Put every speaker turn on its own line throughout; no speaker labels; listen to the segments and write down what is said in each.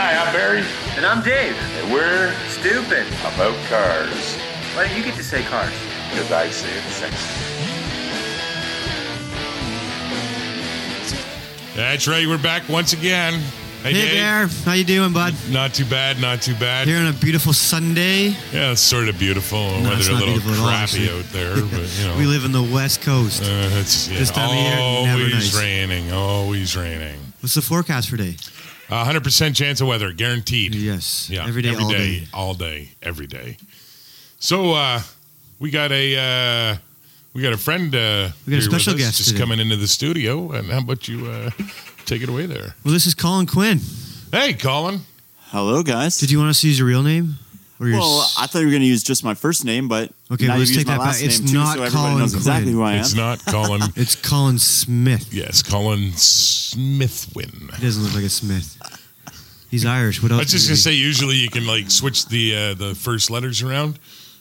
Hi, I'm Barry,
And I'm Dave.
and we're
Stupid.
about cars
Why don't you get to say cars?
because I say it sexy.
That's right. We're back once again. Hey,
Hey
Dave.
Bear, how you doing, bud?
Not too bad. Not too bad.
Here on a beautiful Sunday.
Yeah, it's sort of beautiful.
No,
weather
it's
a
not
little
beautiful at all,
crappy
actually.
out there, but you know,
We live in the West Coast.
Oh. uh, it's yeah,
This time of year, never
always
nice.
raining. Always raining.
What's the forecast for today?
A hundred percent chance of weather, guaranteed.
Yes.
Yeah,
Every day, all day.
all day, every day. So uh, we got a uh, we got a friend. Uh,
We got
here
a special
with us
guest
just
today.
coming into the studio, and how about you uh, take it away there?
Well, this is Colin Quinn.
Hey, Colin.
Hello, guys.
Did you want us to use your real name? Or your
well,
s-
I thought you were going to use just my first name, but
Okay,
now
well, let's
you've
take
used my
that
last
back. It's
name too,
not
so everybody knows
Colin
exactly
Quinn.
who I am.
It's not Colin.
It's Colin Smith.
yes, Colin Smithwin.
He doesn't look like a Smith. He's Irish. What else?
I was just
is
gonna
he?
say, usually you can like switch the uh, the first letters around,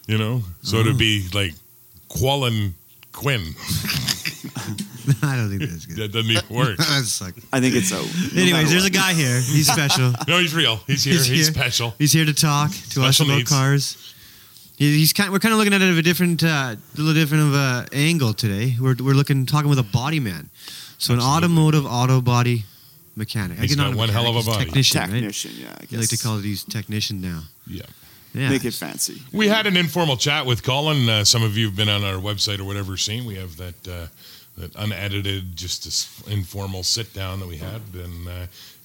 you know. So it'd be like Qualin Quinn.
I don't think that's good.
That doesn't even work.
that sucks.
I think it's so. no
Anyways,
matter
there's a
what.
guy here. He's special.
No, he's real. He's here.
He's
He's,
here.
special.
He's here to talk to us
Special
about
needs.
cars. He- He's kind. We're kind of looking at it of a different, uh, little different of a angle today. We're we're looking talking with a body man, so an automotive auto body mechanic.
He's
guess
got
not
one
mechanic,
hell of a
he's
body.
Technician, right?
technician. Yeah, I guess.
You like to call these technician now.
Yeah.
Yeah.
Make it fancy.
We had an informal chat with Colin. Uh, some of you have been on our website or whatever seen. We have that uh, that unedited, just this informal sit down that we had, and uh,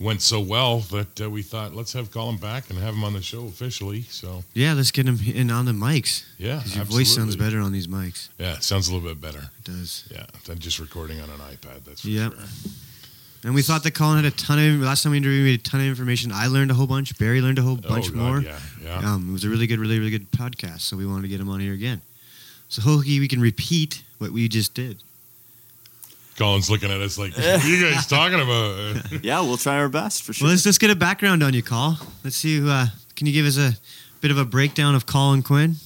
went so well that uh, we thought let's have Colin back and have him on the show officially. So
yeah, let's get him in on the mics.
yeah,
'cause Your voice sounds
absolutely.
better on these mics.
Yeah, sounds a little bit better.
It does.
Yeah, than just recording on an iPad. That's for
Yep.
sure.
And we thought that Colin had a ton of. Last time we interviewed, him, he had a ton of information. I learned a whole bunch. Barry learned a whole
Oh,
bunch
God,
more.
Yeah, yeah.
Um, it was a really good, really, really good podcast. So we wanted to get him on here again. So hopefully we can repeat what we just did.
Colin's looking at us like, "What are you guys talking about?"
Yeah, we'll try our best for sure.
Well, let's just get a background on you, Call. Let's see. Who, uh, can you give us a bit of a breakdown of Colin Quinn,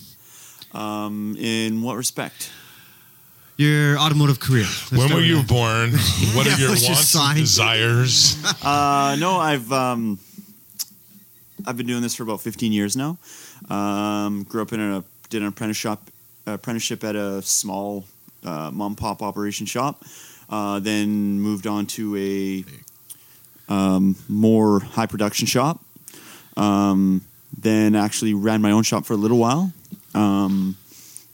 um, in what respect?
your automotive career? Let's
when
start
were
with
you
that.
born? What
Yeah,
are your
what's your
wants
sign?
and desires?
Uh, no, I've um, I've been doing this for about 15 years now. Um, grew up in a did an apprentice shop, apprenticeship at a small uh, mom pop operation shop. Uh, then moved on to a um, more high production shop. Um, then actually ran my own shop for a little while. Um,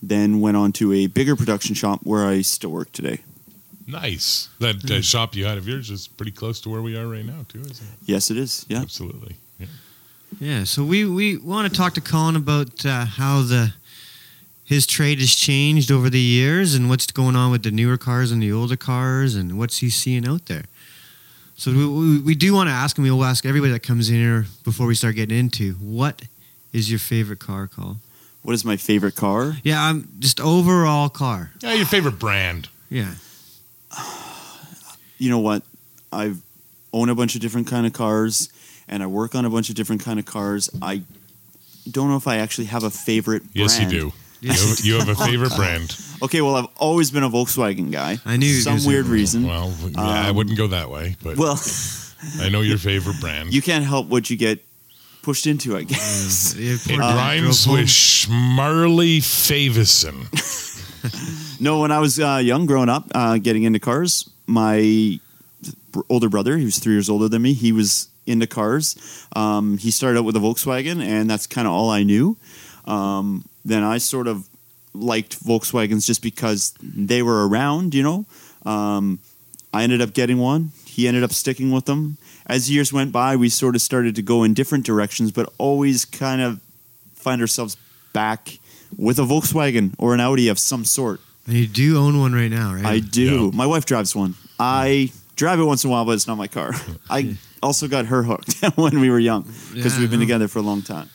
then went on to a bigger production shop where I still work today.
Nice. That uh, shop you had of yours is pretty close to where we are right now, too, isn't it?
Yes, it is. Yeah.
Absolutely. Yeah.
Yeah. So we we want to talk to Colin about uh, how the his trade has changed over the years and what's going on with the newer cars and the older cars and what's he seeing out there. So we, we, we do want to ask and we will ask everybody that comes in here before we start getting into what is your favorite car, Colin?
What is my favorite car?
Yeah, I'm just overall car.
Yeah, your favorite brand.
Yeah.
you know what i own a bunch of different kind of cars and i work on a bunch of different kind of cars i don't know if i actually have a favorite
Yes, you
brand.
do. You have, you have a favorite brand.
okay well i've always been a volkswagen guy
I knew you were
some
gonna say
weird
Volkswagen.
reason
Well, yeah, I
Um,
wouldn't go that way, but
well
I know your favorite brand.
you can't help what you get pushed into i guess
Yeah, poor
it
dad
rhymes
drove home.
with Schmarley Favison.
no when i was uh, young growing up uh, getting into cars my br- older brother he was three years older than me he was into cars um, he started out with a volkswagen and that's kind of all i knew um, then I sort of liked Volkswagens just because they were around, you know. Um, I ended up getting one. He ended up sticking with them. As years went by, we sort of started to go in different directions, but always kind of find ourselves back with a Volkswagen or an Audi of some sort.
And you do own one right now, right?
I do.
Yeah.
My wife drives one. I drive it once in a while, but it's not my car. I also got her hooked when we were young because
Yeah,
we've been
no.
together for a long time.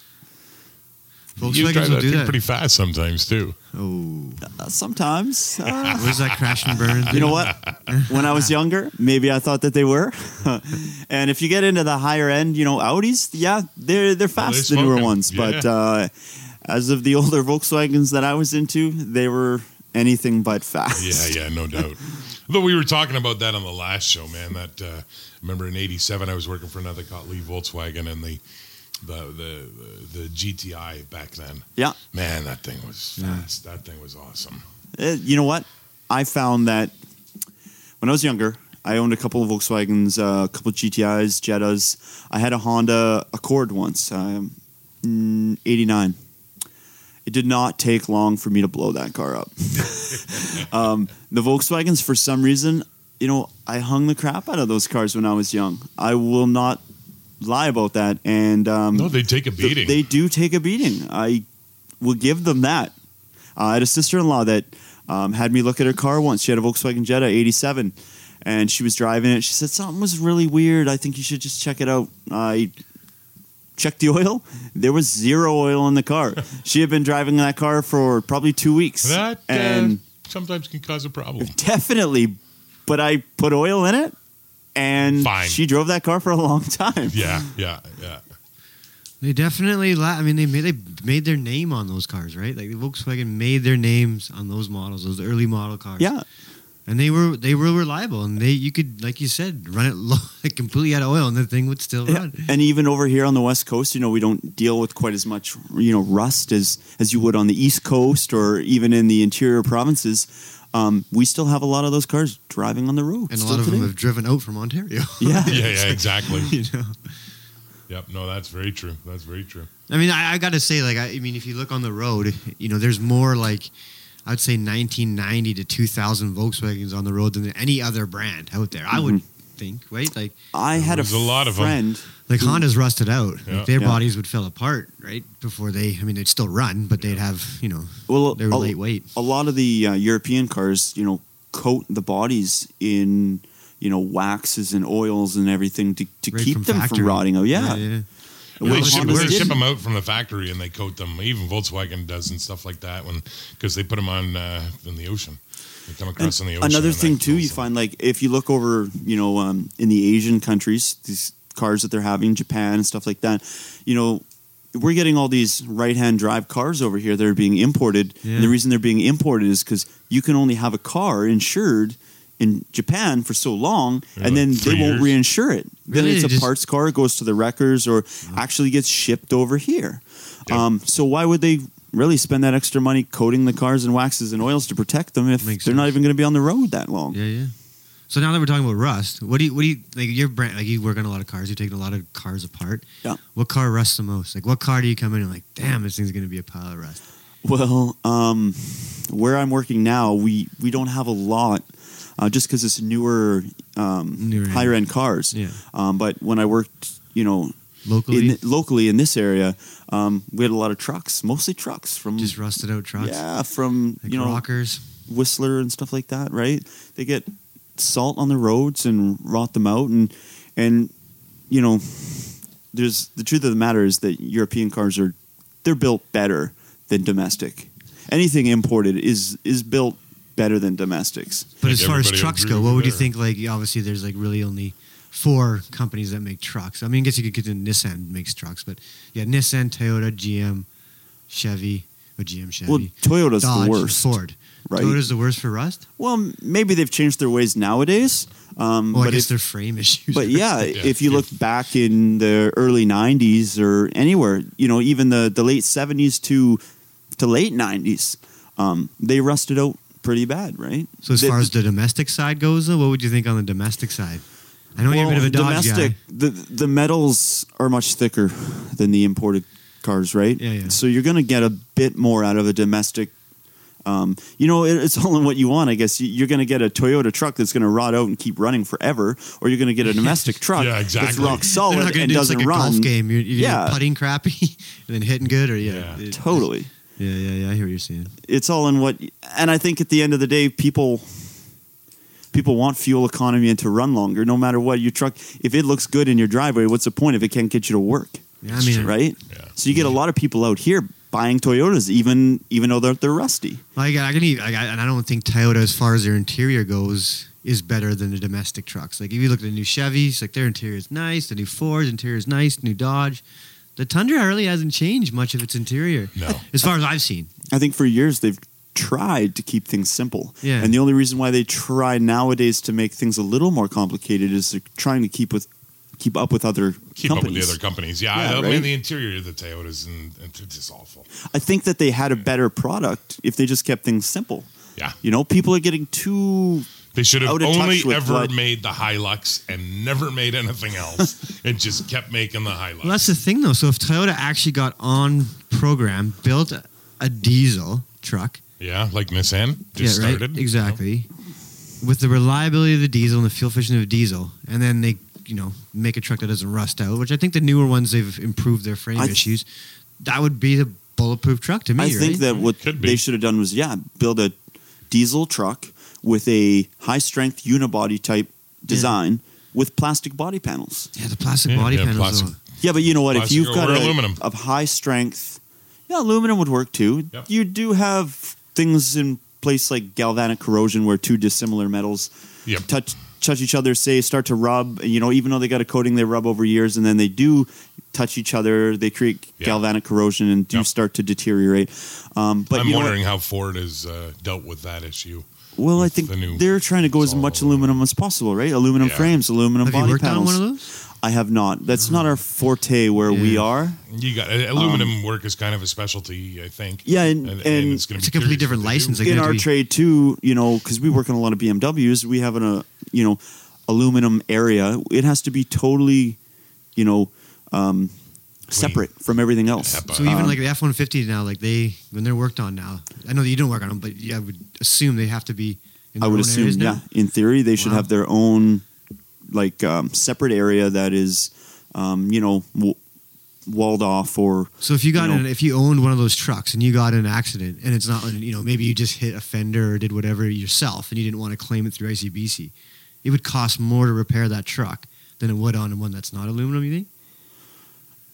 You drive
Volkswagens will
that
do
thing
that.
pretty fast sometimes, too.
oh,
Uh, sometimes. uh,
where's that crash and burn?
You know what? when I was younger, maybe I thought that they were. and if you get into the higher end, you know, Audis, yeah, they're they're fast,
they're
the newer
smoking.
ones. But
Yeah.
uh, as of the older Volkswagens that I was into, they were anything but fast.
Yeah, yeah, no doubt. Though we were talking about that on the last show, man. That uh, remember in '87, I was working for another Gottlieb Volkswagen, and the the the the GTI back then.
Yeah.
man, that thing was fast. That thing was awesome.
Eh, you know what? I found that when I was younger, I owned a couple of Volkswagens, uh, a couple of GTIs, Jettas. I had a Honda Accord once, um, mm, 89. It did not take long for me to blow that car up. um, the Volkswagens, for some reason, you know, I hung the crap out of those cars when I was young. I will not lie about that. And um,
No, they take a
Th-
beating.
They do take a beating. I will give them that. Uh, I had a sister in law that um, had me look at her car once. She had a Volkswagen Jetta 87, and she was driving it. She said, Something was really weird. I think you should just check it out. I checked the oil. There was zero oil in the car. she had been driving that car for probably two weeks.
that
and
uh, sometimes can cause a problem.
definitely, but I put oil in it. And
Fine.
she drove that car for a long time.
Yeah, yeah, yeah.
They definitely. La- I mean, they made they made their name on those cars, right? Like Volkswagen made their names on those models, those early model cars.
Yeah.
and they were they were reliable, and they you could like you said run it low, like completely out of oil, and the thing would still
Yeah,
run.
And even over here on the West Coast, you know, we don't deal with quite as much, you know, rust as as you would on the East Coast or even in the interior provinces. Um, we still have a lot of those cars driving on the road.
And a
still
lot of
today.
them have driven out from Ontario.
Yeah.
Yeah, yeah, exactly.
you know.
Yep. No, that's very true. That's very true.
I mean, I, I got to say, like, I, I mean, if you look on the road, you know, there's more like, I'd say 1990 to 2000 Volkswagens on the road than any other brand out there. I would
Mm-hmm.
think, right? Like,
I had a,
There's a lot of 'em.
friend.
like Honda's rusted out. Like,
Yeah.
their
Yeah.
bodies would fall apart, right? Before they, I mean, they'd still run, but they'd have, you know,
Well, oh,
they were
a-
lightweight.
a lot of the uh, European cars, you know, coat the bodies in you know waxes and oils and everything to, to
right
keep them
factory.
from rotting. Oh yeah,
yeah.
Well,
they ship,
Hondas
they ship
didn't.
them out from the factory and they coat them. Even Volkswagen does and stuff like that when because they put them on uh, in the ocean. They come across in the ocean.
Another
and that
thing too,
kills
you
them.
find like if you look over, you know, um, in the Asian countries, these cars that they're having, Japan and stuff like that, you know, we're getting all these right-hand drive cars over here that are being imported.
Yeah.
And the reason they're being imported is because you can only have a car insured in Japan for so long,
Yeah,
and then
like
they
three
won't reinsure it.
Really?
Then it's a
Just-
parts car, it goes to the wreckers, or actually gets shipped over here.
Yeah.
Um, so why would they really spend that extra money coating the cars in waxes and oils to protect them if
Makes
they're not
sense.
even going to be on the road that long?
Yeah, yeah. So now that we're talking about rust, what do you what do you like your brand like you work on a lot of cars, you're taking a lot of cars apart.
Yeah.
What car rusts the most? Like what car do you come in and like, damn, this thing's gonna be a pile of rust.
Well, um, where I'm working now, we we don't have a lot, uh, just because it's newer, um,
Newer, yeah.
higher end cars.
Yeah.
Um, but when I worked, you know,
Locally
in, locally in this area, um, we had a lot of trucks, mostly trucks from
just rusted out trucks.
yeah, from
Like
you know
rockers.
Whistler and stuff like that, right? They get salt on the roads and rot them out, and and you know, there's the truth of the matter is that European cars are they're built better than domestic. Anything imported is is built better than domestics.
But
Like
as far as
everybody
trucks
agree
go, what would you
there.
think like obviously there's like really only four companies that make trucks. I mean I guess you could get to Nissan makes trucks, but yeah, Nissan, Toyota, GM, Chevy, or GM Chevy.
Well, Toyota's
Dodge,
the worst,
Ford.
right?
Toyota's the worst for rust?
Well, maybe they've changed their ways nowadays. Um,
Well, I
but
guess
if-
their frame issues.
But
are-
yeah,
Yeah.
if you
Yeah.
look back in the early '90s or anywhere, you know, even the the late '70s to to late '90s, um, they rusted out pretty bad, right?
So as
The-
far as the domestic side goes, though, what would you think on the domestic side? I know you're a
well,
bit of a Dodge
domestic,
guy.
Oh, the the metals are much thicker than the imported cars, right?
Yeah, yeah.
So you're going to get a bit more out of a domestic. Um, you know, it, it's all in what you want, I guess. You- You're going to get a Toyota truck that's going to rot out and keep running forever, or you're going to get a domestic truck
Yeah,
that's
exactly.
rock
They're not
solid
gonna
oh,
do
and
this
doesn't
like a
run.
golf game. You're, you're
Yeah.
putting crappy and then hitting good, or yeah,
Yeah.
It-
Totally.
Yeah, yeah, yeah. I hear what you're saying.
it's all in what and i think at the end of the day people people want fuel economy and to run longer no matter what your truck if it looks good in your driveway what's the point if it can't get you to work
Yeah, I mean,
right
Yeah.
so you get a lot of people out here buying toyotas even even though they're, they're rusty
Like I can, even, like, I, and I don't think Toyota, as far as their interior goes, is better than the domestic trucks. Like if you look at the new Chevys, like their interior is nice. The new Ford's interior is nice. New Dodge, the Tundra really hasn't changed much of its interior
No.
as far as I've seen.
i think for years they've tried to keep things simple.
Yeah.
And the only reason why they try nowadays to make things a little more complicated is they're trying to keep with keep up with other
Keep up with
companies.
the other companies. Yeah,
Yeah,
I, I
right?
mean the interior of the Toyotas and, and it's just awful.
I think that they had a better product if they just kept things simple.
Mm. Yeah,
You know, people are getting too
they should have
Out of touch
only
with
ever
what-
made the Hilux and never made anything else, and just kept making the Hilux.
Well, that's the thing, though. So if Toyota actually got on program, built a- a diesel truck,
yeah, like Miss N just
yeah, right,
started you know?
exactly, with the reliability of the diesel and the fuel efficiency of diesel, and then they, you know, make a truck that doesn't rust out. Which I think the newer ones they've improved their frame
I th-
issues. That would be the bulletproof truck to me.
I think
right?
that what
Mm, Could be.
they should have done was yeah, build a diesel truck with a high strength unibody type design with plastic body panels.
yeah, the plastic
Yeah,
body
yeah,
panels.
plastic.
though.
Yeah, but you know what?
Plastic
if you've got
or
a,
aluminum.
a high strength, yeah, aluminum would work too.
Yep.
You do have things in place like galvanic corrosion where two dissimilar metals
Yep.
touch touch each other, say start to rub. You know, even though they got a coating, they rub over years, and then they do touch each other. They create
Yeah.
galvanic corrosion and do
Yep.
start to deteriorate. Um, but
I'm
you know what?
wondering how Ford has uh, dealt with that issue.
Well, I
with
think
the new-
they're trying to go as
solid
much
aluminum.
aluminum as possible, right? Aluminum
Yeah.
frames, aluminum
Have
body
you worked
panels.
on one of those?
I have not. That's not our forte where we
Yeah.
are.
You got uh, aluminum
Um,
work is kind of a specialty, I think.
Yeah, and- and
gonna
It's a
be
completely
curious
different
what they do.
license. Like,
In
you have to
our
be-
trade too, you know, because we work on a lot of BMWs, we have an a you know aluminum area. It has to be totally, you know, um, separate from everything else.
HEPA.
So even like the F one fifty now, like they when they're worked on now, I know that you don't work on them, but yeah, I would assume they have to be. In
I
their
would
own
assume,
areas now?
yeah. In theory, they should
Wow.
have their own like um, separate area that is, um, you know, w- walled off or
So if you got
You know.
in, if you owned one of those trucks and you got in an accident and it's not, you know, maybe you just hit a fender or did whatever yourself and you didn't want to claim it through ICBC, it would cost more to repair that truck than it would on one that's not aluminum. You think?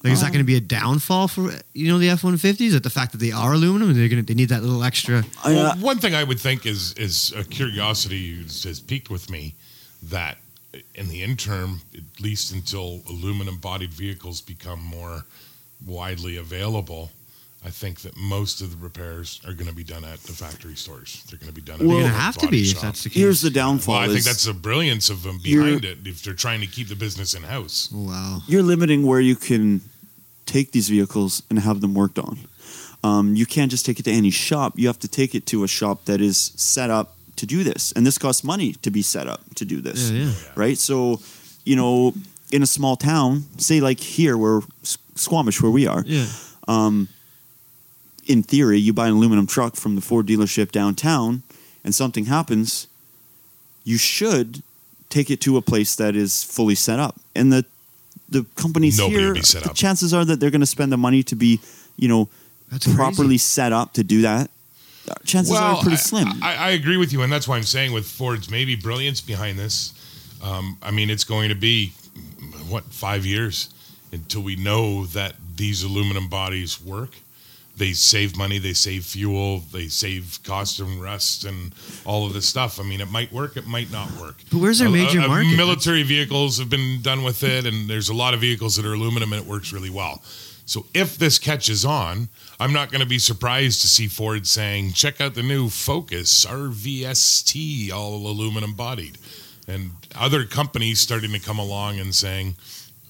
Like, is that
Um.
going to be a downfall for you know the F one fifties? That the fact that they are aluminum and they're going to they need that little extra.
I,
Well,
uh,
one thing I would think is is a curiosity has has piqued with me that in the interim, at least until aluminum bodied vehicles become more widely available, I think that most of the repairs are going to be done at the factory stores. They're going to be done.
They're
at
going
the
to have to
body
be if
shop.
that's the case.
here's the downfall.
Well, I think
is-
that's the brilliance of them behind it. If they're trying to keep the business in house,
Oh, wow.
you're limiting where you can take these vehicles and have them worked on. Um, you can't just take it to any shop. You have to take it to a shop that is set up to do this, and this costs money to be set up to do this,
Yeah, yeah.
right? So, you know, in a small town, say like here, where S- Squamish, where we are,
Yeah.
um, in theory, you buy an aluminum truck from the Ford dealership downtown, and something happens, you should take it to a place that is fully set up. And the the companies
Nobody
here,
will be set
the
up.
chances are that they're going to spend the money to be, you know,
That's
properly
crazy.
set up to do that. Uh, Chances are pretty slim.
I, I agree with you, and that's why I'm saying with Ford's maybe brilliance behind this. Um, I mean, it's going to be what five years until we know that these aluminum bodies work. They save money, they save fuel, they save cost and rust, and all of this stuff. I mean, it might work, it might not work.
But where's their
A-
major
a- a
market?
Uh, Military vehicles have been done with it, and there's a lot of vehicles that are aluminum, and it works really well. So if this catches on, I'm not going to be surprised to see Ford saying, "Check out the new Focus RVST, all aluminum bodied," and other companies starting to come along and saying,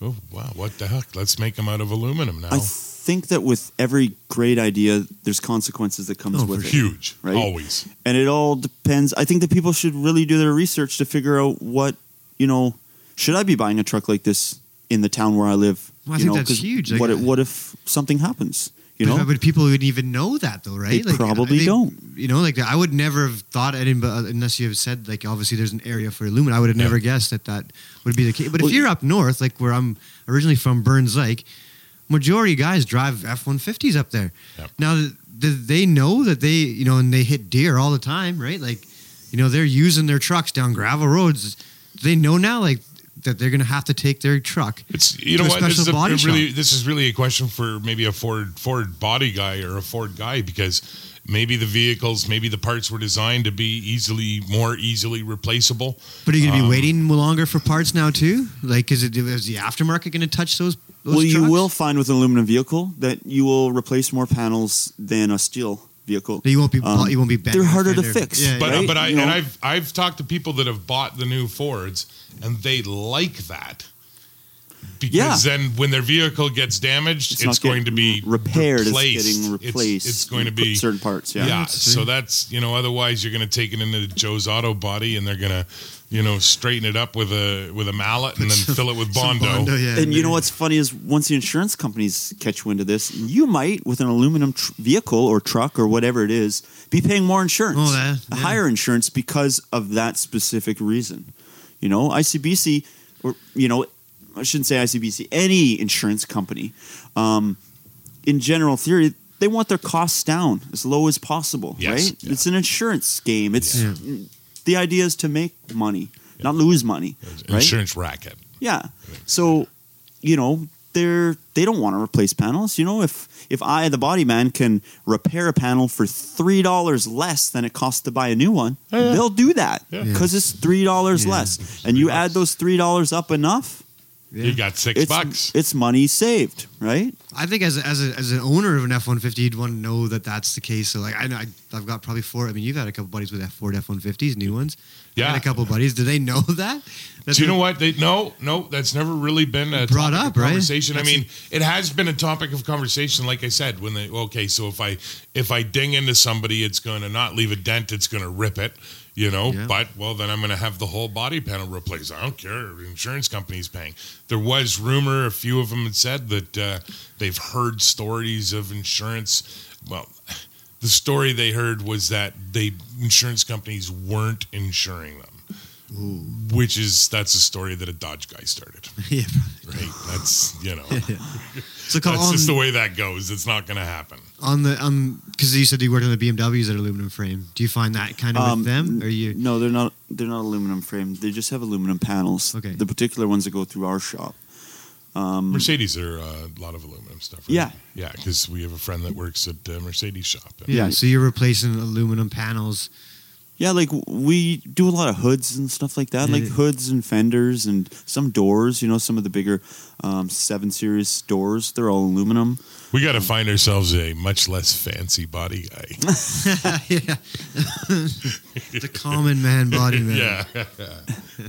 "Oh wow, what the heck? Let's make them out of aluminum now."
I think that with every great idea, there's consequences that comes
Oh,
with
for
it.
Huge,
Right?
always.
and it all depends. I think that people should really do their research to figure out what you know. Should I be buying a truck like this in the town where I live?
Well, I
you
think
know,
that's
'cause
huge.
what,
Like-
if- what if something happens? You
But-
know,
but people wouldn't even know that, though, right?
They probably don't.
You know, like I would never have thought anybody unless you have said like obviously there's an area for aluminum. I would have
Yeah.
never guessed that that would be the case. But
Well,
if you're up north, like where I'm originally from, Burns Lake, majority of guys drive F-150s up there.
Yep.
Now, th- th- they know that they you know and they hit deer all the time, right? Like you know they're using their trucks down gravel roads. They know now like that they're gonna have to take their truck.
It's you
To
know
a
what this is a,
special body
a really this is really a question for maybe a Ford Ford body guy or a Ford guy because maybe the vehicles maybe the parts were designed to be easily more easily replaceable.
But are you gonna
Um,
be waiting longer for parts now too? Like is it is the aftermarket gonna touch those? those
well, you
trucks?
will find with an aluminum vehicle that you will replace more panels than a steel vehicle.
You won't be
Um,
you won't be bent
they're
on the
harder to
fender.
fix.
Yeah,
But
right?
but I
You know?
and I've I've talked to people that have bought the new Fords and they like that. Because then when their vehicle gets damaged, it's,
not
going to
getting
be
repaired.
replaced.
It's getting
It's-
replaced.
It's, going to
You put
be
certain parts. Yeah.
Yeah,
That's true.
so that's you know. Otherwise, you're going to take it into Joe's auto body, and they're going to, you know, straighten it up with a with a mallet, and then fill it with
Some
bondo.
yeah,
And you know
maybe.
what's funny is once the insurance companies catch wind of this, you might, with an aluminum tr- vehicle or truck or whatever it is, be paying more insurance,
Oh, that- yeah.
higher insurance because of that specific reason. You know, ICBC, or you know, I shouldn't say ICBC, any insurance company, um, in general theory, they want their costs down as low as possible,
Yes.
right?
Yeah.
It's an insurance game. It's
Yeah.
the idea is to make money, not lose money, right?
Insurance racket.
Yeah. So, you know, they're they don't want to replace panels. You know, if if I, the body man, can repair a panel for three dollars less than it costs to buy a new one, they'll do that
Yeah.
Yeah.
because it's three dollars
Yeah.
less. And you add those three dollars up enough,
Yeah.
You got six
it's
bucks.
it's money saved, right?
I think as a, as a, as an owner of an F one fifty, you'd want to know that that's the case. So like I know I, I've got probably four. I mean, you've had a couple buddies with F Ford F one fifties, new ones. I
Yeah.
had a couple buddies. Do they know that? That
Do you
they-
know what? They no, no. That's never really been a
Brought
topic
up,
of
right?
conversation. I
That's-
mean, it has been a topic of conversation. Like I said, when they okay, so if I if I ding into somebody, it's going to not leave a dent. It's going to rip it, you know.
Yeah.
But well, then I'm going to have the whole body panel replaced. I don't care. Insurance company's paying. There was rumor. A few of them had said that uh, they've heard stories of insurance. Well, the story they heard was that they insurance companies weren't insuring them which is that's a story that a Dodge guy started,
yeah.
right? That's you know,
So come
that's
on,
just the way that goes. It's not going to happen.
on the um because you said you worked on the BMWs that are aluminum frame. Do you find that kind of
Um,
with them? Or you?
No, they're not. They're not aluminum framed. They just have aluminum panels.
Okay.
The particular ones that go through our shop.
Um,
Mercedes are uh, a lot of aluminum stuff. Right?
Yeah.
yeah, because we have a friend that works at uh, Mercedes shop. and-
Yeah,
Yeah.
so you're replacing aluminum panels.
Yeah, like w- we do a lot of hoods and stuff like that, like
Yeah.
hoods and fenders and some doors. You know, some of the bigger um, seven series doors, they're all aluminum.
We got to find ourselves a much less fancy body guy.
yeah, the common man body man.
yeah,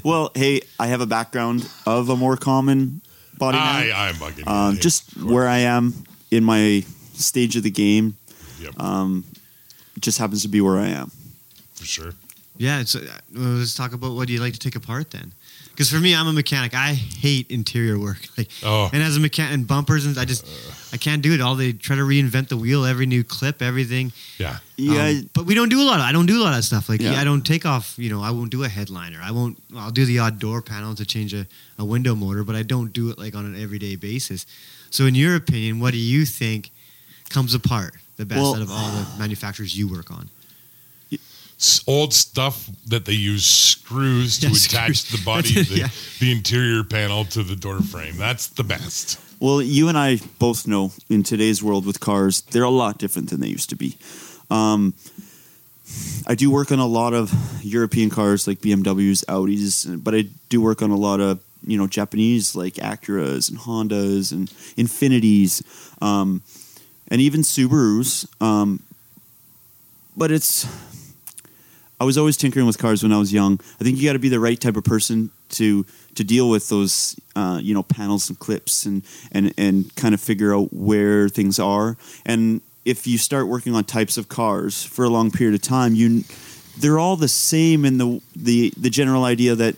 well, hey, I have a background of a more common body
I,
man.
I'm bugging. you. Ah,
Um,
Uh,
Yeah.
just where I am in my stage of the game,
Yep,
uh,
just happens to be where I am.
for sure.
Yeah, it's, uh, well, let's talk about what do you like to take apart then? Because for me, I'm a mechanic. I hate interior work. Like,
Oh.
and as a mechanic, and bumpers, and I just, I can't do it. All they try to reinvent the wheel, every new clip, everything.
Yeah,
Yeah,
Um, but we don't do a lot. Of, I don't do a lot of stuff. Like,
Yeah.
I don't take off. You know, I won't do a headliner. I won't. I'll do the odd door panel to change a, a window motor, but I don't do it like on an everyday basis. So, in your opinion, what do you think comes apart the best
Well-
out of all the manufacturers you work on?
S- old stuff that they use screws to
Yeah,
attach
screws.
the body, the,
Yeah.
the interior panel to the door frame. That's the best.
Well, you and I both know in today's world with cars, they're a lot different than they used to be. Um, I do work on a lot of European cars like BMWs, Audis, but I do work on a lot of you know Japanese like Acuras and Hondas and Infinities, um, and even Subarus. Um, but it's I was always tinkering with cars when I was young. I think you got to be the right type of person to to deal with those, uh, you know, panels and clips and and and kind of figure out where things are. And if you start working on types of cars for a long period of time, you they're all the same in the the the general idea that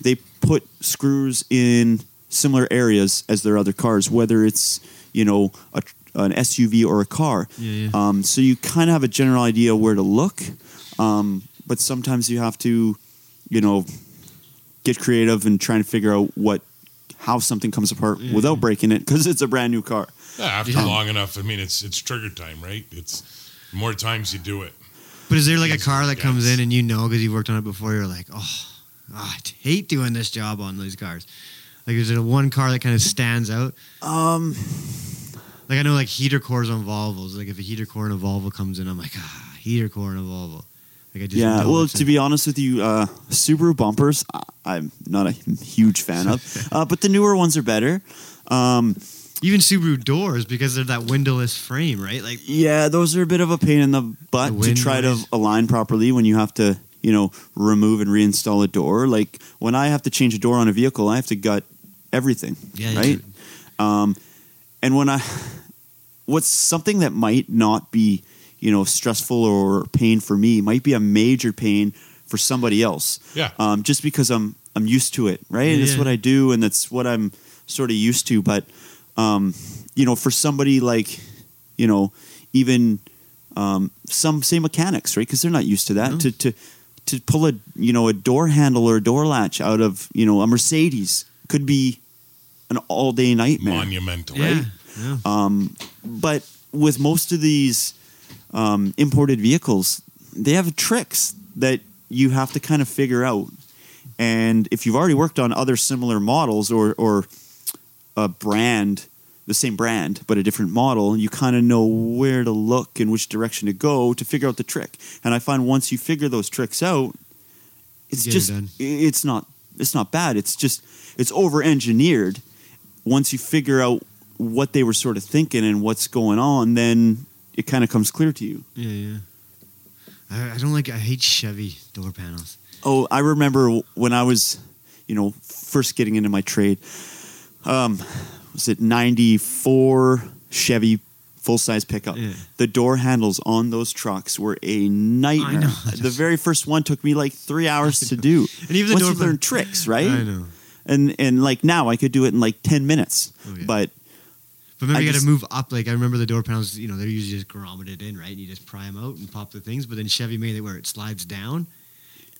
they put screws in similar areas as their other cars, whether it's you know a, an SUV or a car.
Yeah, yeah.
Um, so you kind of have a general idea where to look, um, but sometimes you have to, you know, get creative and try and figure out what how something comes apart
Mm-hmm.
without breaking it because it's a brand new car.
Yeah, after
Yeah.
long enough, I mean, it's it's trigger time, right? It's the more times you do it.
But is there like a car that comes
Yes.
in and you know because you worked on it before? You're like, oh, I hate doing this job on these cars. Like, is there one car that kind of stands out?
Um,
Like, I know like heater cores on Volvos. Like, if a heater core in a Volvo comes in, I'm like, ah, heater core in a Volvo. Like, I just
yeah.
don't
Well,
listen.
to be honest with you, uh, Subaru bumpers, I, I'm not a huge fan of, uh, but the newer ones are better. Um,
Even Subaru doors because they're that windowless frame, right? Like
Yeah, those are a bit of a pain in the butt
The
to
wind
try
noise.
to align properly when you have to, you know, remove and reinstall a door. Like when I have to change a door on a vehicle, I have to gut everything,
Yeah, you
right? Um, and when I, what's something that might not be, you know, stressful or pain for me might be a major pain for somebody else.
Yeah.
Um, just because I'm I'm used to it, right?
Yeah,
That's
yeah.
what I do, and that's what I'm sort of used to. But um, you know, for somebody like you know, even um, some say mechanics, right? Because they're not used to that.
No.
To to to pull a you know a door handle or a door latch out of you know a Mercedes could be an all day nightmare.
Monumental.
yeah,
right?
yeah.
Um, but with most of these um, imported vehicles, they have tricks that you have to kind of figure out. And if you've already worked on other similar models or, or a brand, the same brand but a different model, you kind of know where to look and which direction to go to figure out the trick. And I find once you figure those tricks out, it's
Get it
just
done.
it's not it's not bad. It's just it's over engineered. Once you figure out what they were sort of thinking and what's going on, then it kind of comes clear to you.
yeah, yeah. I, I don't like. I hate Chevy door panels.
Oh, I remember when I was, you know, first getting into my trade. Um, was it '94 Chevy full size pickup?
Yeah.
The door handles on those trucks were a nightmare.
know.
The very first one took me like three hours to do.
And even the
Once
door
you learn tricks, right?
I know,
And and like now I could do it in like ten minutes,
Oh, yeah.
but
but remember
I
you got
just-
to move up. Like I remember the door panels. You know they're usually just grommeted in, right? And you just pry them out and pop the things. But then Chevy made it where it slides down.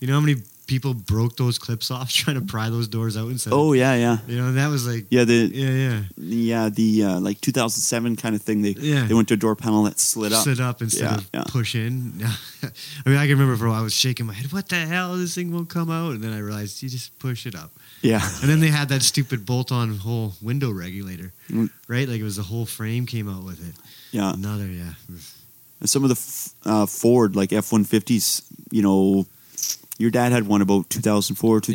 You know how many people broke those clips off trying to pry those doors out and stuff.
oh yeah, yeah,
you know that was like
yeah. The
yeah, yeah.
yeah the uh, like 2007 kind of thing. They
Yeah.
they went to a door panel that slid up.
sit up instead
Yeah,
of
yeah.
push in. I mean, I can remember for a while I was shaking my head, what the hell? This thing won't come out. And then I realized you just push it up.
Yeah,
And then they had that stupid bolt on whole window regulator,
Mm. Uh.
right? Like it was the whole frame came out with it.
yeah.
Another, yeah.
And some of the f- uh, Ford, like F 150s, you know, your dad had one about 2004, 2005. Um,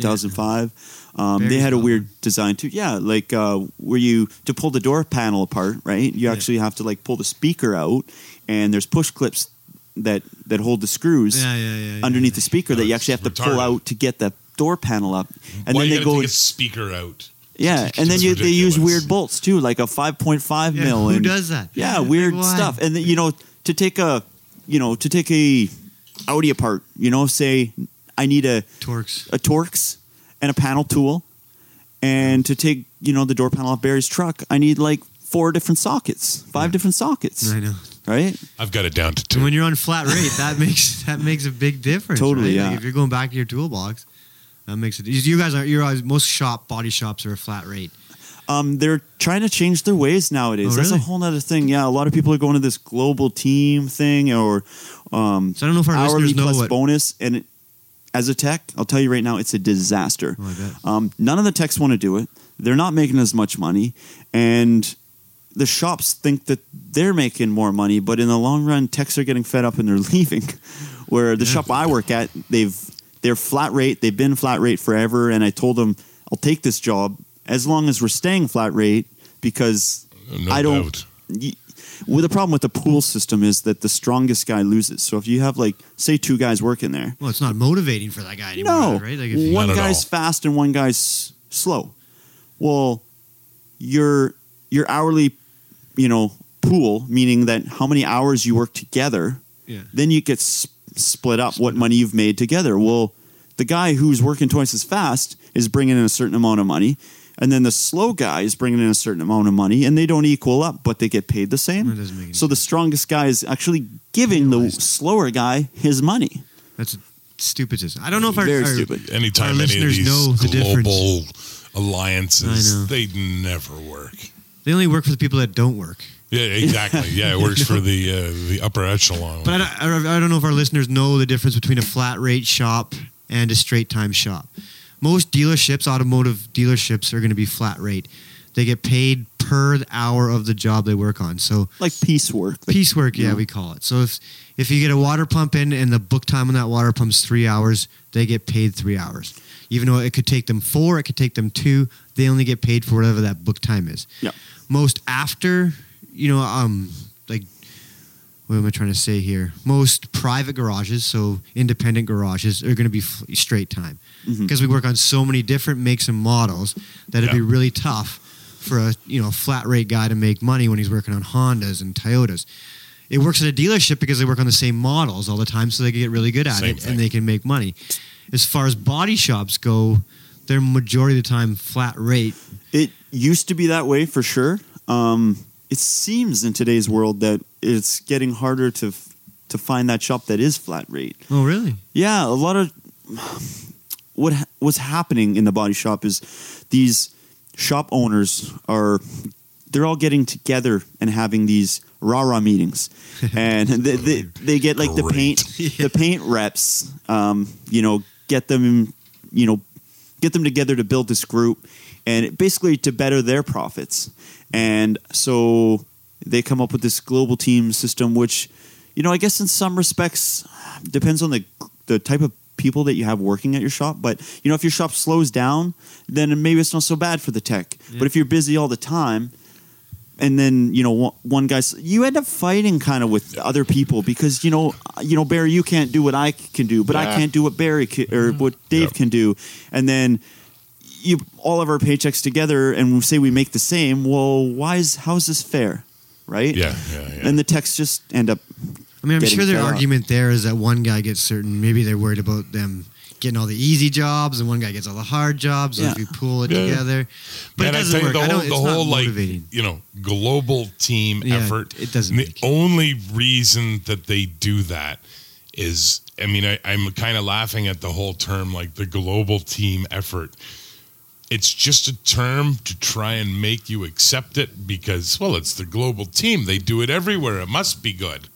they
Very
had a
common.
weird design too. Yeah, like uh, where you, to pull the door panel apart, right? You
Yeah.
actually have to like pull the speaker out, and there's push clips that, that hold the screws
Yeah, yeah, yeah. yeah. Oh,
underneath the speaker that you
That's
actually have to pull
retarded.
out to get the door panel up. And
Why
then
you
they
gotta
go,
take a speaker out.
yeah, and then
It's
you, they use
ridiculous.
weird bolts too, like a 5.5
Yeah,
mil.
Who
and,
does that?
yeah, weird
Like, why?
stuff. And then, you know, to take a, you know, to take a Audi apart, you know, say I need a
Torques.
a Torx and a panel tool, and to take you know the door panel off Barry's truck, I need like four different sockets, five different sockets,
I know.
right?
I've got it down to
And
two.
when you're on flat rate, that makes that makes a big difference.
Totally,
right?
yeah.
Like if you're going back to your toolbox, that makes it. You guys are. You're always most shop body shops are a flat rate.
Um, they're trying to change their ways nowadays.
Oh,
That's a
really?
whole nother thing. Yeah, a lot of people are going to this global team thing or um,
So I don't know if our
hourly
listeners know
plus
what.
bonus, and it, as a tech, I'll tell you right now, it's a disaster.
Oh, I bet.
Um, none of the techs want to do it. They're not making as much money, and the shops think that they're making more money. But in the long run, techs are getting fed up and they're leaving. Where the
Yeah.
shop I work at, they've they're flat rate. They've been flat rate forever, and I told them I'll take this job as long as we're staying flat rate because
No
I don't-
doubt.
y- well, the problem with the pool system is that the strongest guy loses. So if you have like say two guys working there,
Well, it's not motivating for that guy anymore,
no,
right? Like if you,
one
Not at
guy's
all.
fast and one guy's slow. Well, your your hourly, you know, pool meaning that how many hours you work together,
yeah,
then you get s- split up what money you've made together. Well, the guy who's working twice as fast is bringing in a certain amount of money, and then the slow guy is bringing in a certain amount of money, and they don't equal up, but they get paid the same.
That doesn't make any
so the strongest guy is actually giving the
Realized.
slower guy his money.
that's stupid. system. I don't know if our,
Very
our-
stupid.
Anytime
Our
any of
listeners
these
know the difference.
global
I
alliances,
know.
they never work.
they only work for the people that don't work.
Yeah, exactly. Yeah, it works for the uh, the upper echelon.
But I don't, I- I don't know if our listeners know the difference between a flat rate shop and a straight time shop. Most dealerships, automotive dealerships, are going to be flat rate. They get paid per hour of the job they work on. So
Like piecework. Like,
piecework, yeah,
yeah.
we call it. So if if you get a water pump in and the book time on that water pump's three hours, they get paid three hours. Even though it could take them four, it could take them two, they only get paid for whatever that book time is.
Yep.
Most after, you know, um, like what am I trying to say here? Most private garages, so independent garages, are going to be f- straight time
Mm-hmm.
Mhm.
because we work on so many different makes and models that it'd be
Yeah.
really tough for a you know flat rate guy to make money when he's working on Hondas and Toyotas. It works at a dealership because they work on the same models all the time, so they can get really good at
Same
it
thing.
and they can make money. As far as body shops go, they're majority of the time flat rate.
It used to be that way for sure. Um, it seems in today's world that it's getting harder to f- to find that shop that is flat rate.
Oh, really?
Yeah, a lot of what ha- what's happening in the body shop is these shop owners are they're all getting together and having these rah rah meetings, and they, they they get like the paint the paint reps, um, you know, get them you know get them together to build this group, and basically to better their profits, and so they come up with this global team system, which you know I guess in some respects depends on the the type of people that you have working at your shop. But you know, if your shop slows down, then maybe it's not so bad for the tech. But if you're busy all the time, and then you know one, one guy's, you end up fighting kind of with other people because you know you know Barry, you can't do what I c- can do, but I
Yeah.
can't do what Barry ca- or what Dave
Yep.
can do, and then. You all of our paychecks together, and we say we make the same. Well, why is how is this fair, right?
Yeah, yeah, yeah.
And the techs just end up
I mean, I'm
Getting
sure their
fed up.
argument there is that one guy gets certain. Maybe they're worried about them getting all the easy jobs, and one guy gets all the hard jobs. So
Yeah.
if you pool it
Yeah.
together, but
Man,
it
I
doesn't
tell
work.
you,
I
The whole,
don't,
the
it's not
whole like
motivating.
you know global team
Yeah,
effort.
it doesn't
The
make it.
only reason that they do that is, I mean, I, I'm kind of laughing at the whole term like the global team effort. It's just a term to try and make you accept it because, well, it's the global team. They do it everywhere. It must be good.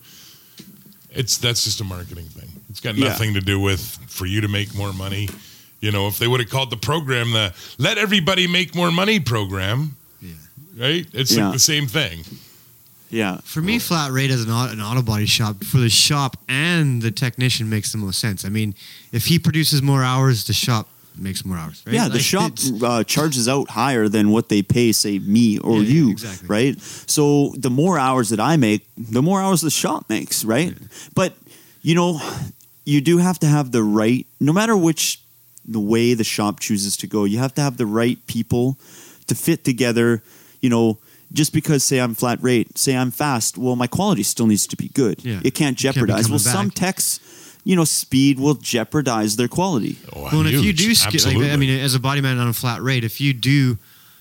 It's that's just a marketing thing. It's got
Yeah.
nothing to do with for you to make more money. You know, if they would have called the program the "Let Everybody Make More Money" program,
Yeah.
right? It's
Yeah.
like the same thing.
yeah
For me, flat rate as an auto, an auto body shop for the shop and the technician makes the most sense. I mean, if he produces more hours, the shop makes more hours. Right?
Yeah, the
Like,
shop
it's-
uh, charges out higher than what they pay, say me or
Yeah, yeah,
you,
exactly.
right? So the more hours that I make, the more hours the shop makes, right? But you know, you do have to have the right, no matter which the way the shop chooses to go, you have to have the right people to fit together. You know, just because say I'm flat rate, say I'm fast, well, my quality still needs to be good.
Yeah.
It can't
It can't be
jeopardize. well,
coming
some
back.
techs, you know, speed will jeopardize their quality.
Oh,
Well, and if you
huge.
do, skip, like,
Absolutely.
I mean, as a body man on a flat rate, if you do,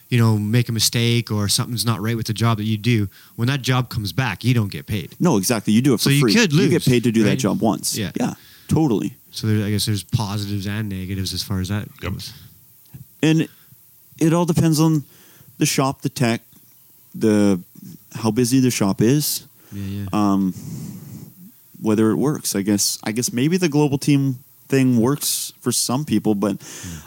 you know, make a mistake or something's not right with the job that you do, when that job comes back, you don't get paid.
No, exactly. You do it
So
for
you
free.
could
You get
lose,
paid to do that
right?
job once.
Yeah.
Yeah. Totally.
So there, I guess there's positives and negatives as far as that
Yep.
goes.
And it all depends on the shop, the tech, the how busy the shop is,
Yeah, yeah.
um, whether it works. I guess. I guess maybe the global team thing works for some people, but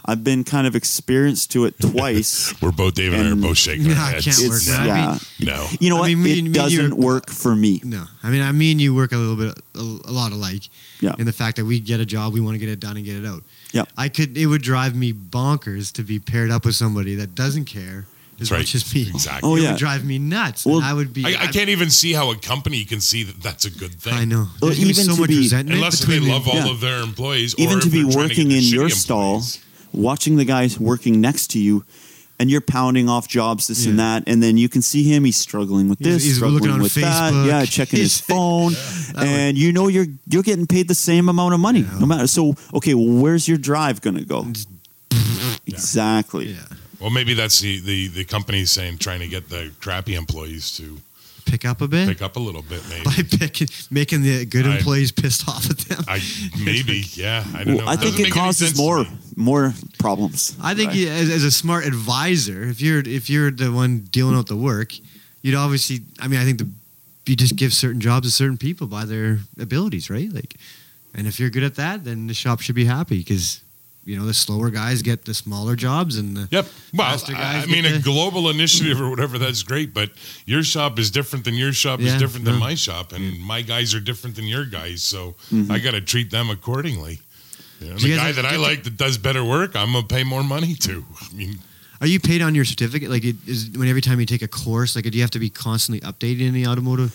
I've been kind of experienced to it twice.
we're both Dave and I are
and-
both shaking
Yeah,
our
I
heads.
can't work,
it's
man. I
yeah.
mean-
No,
you know
I
what?
mean, me
it
and- me and you are-
doesn't work for me.
No, I mean, I mean, you work a little bit, a, a lot alike.
Yeah.
In the fact that we get a job, we want to get it done and get it out.
Yeah.
I could. It would drive me bonkers to be paired up with somebody that doesn't care as
That's right.
much as me.
Exactly.
Oh,
it
yeah.
would drive me nuts.
Well,
and I would be.
I, I can't even see how a company can see that that's a good thing.
I know.
Well,
There's gonna be
even
so
to
much
be-
resentment
Unless they
between them.
love all
Yeah.
of their employees, or
even
if
to be
they're trying get
working
the
in
shitty
your
employees.
stall, watching the guy working next to you, and you're pounding off jobs, this and that, and then you can see him. He's struggling with
He's-
this,
he's
struggling
looking on
with that,
Facebook.
yeah, checking
He's-
his phone,
that
and you know you're you're getting paid the same amount of money, no matter. So okay, well, where's your drive gonna go? Exactly.
Yeah.
Well, maybe that's the, the, the company saying trying to get the crappy employees to
Pick up a bit
pick up a little bit, maybe.
by picking, making the good
I-
employees pissed off at them.
I maybe, yeah. I don't
Well,
know.
I think
Doesn't
it
make any sense
causes
to
more
me.
more problems.
I think
Right.
you- as, as a smart advisor, if you're if you're the one dealing out the work, you'd obviously. I mean, I think the you just give certain jobs to certain people by their abilities, right? Like, and if you're good at that, then the shop should be happy because you know the slower guys get the smaller jobs and the
Yep. Well,
Faster
I I
guys
mean,
get
a
the-
global initiative or whatever, that's great, but your shop is different than your shop is
Yeah,
different than
no.
my shop, and my guys are different than your guys. So
Mm-hmm.
I got to treat them accordingly. You know,
Do you
the
guys
guy
have-
that I like that does better work, I'm going to pay more money to. I mean,
Are you paid on your certificate? Like, it, is when every time you take a course, like, do you have to be constantly updated in the automotive?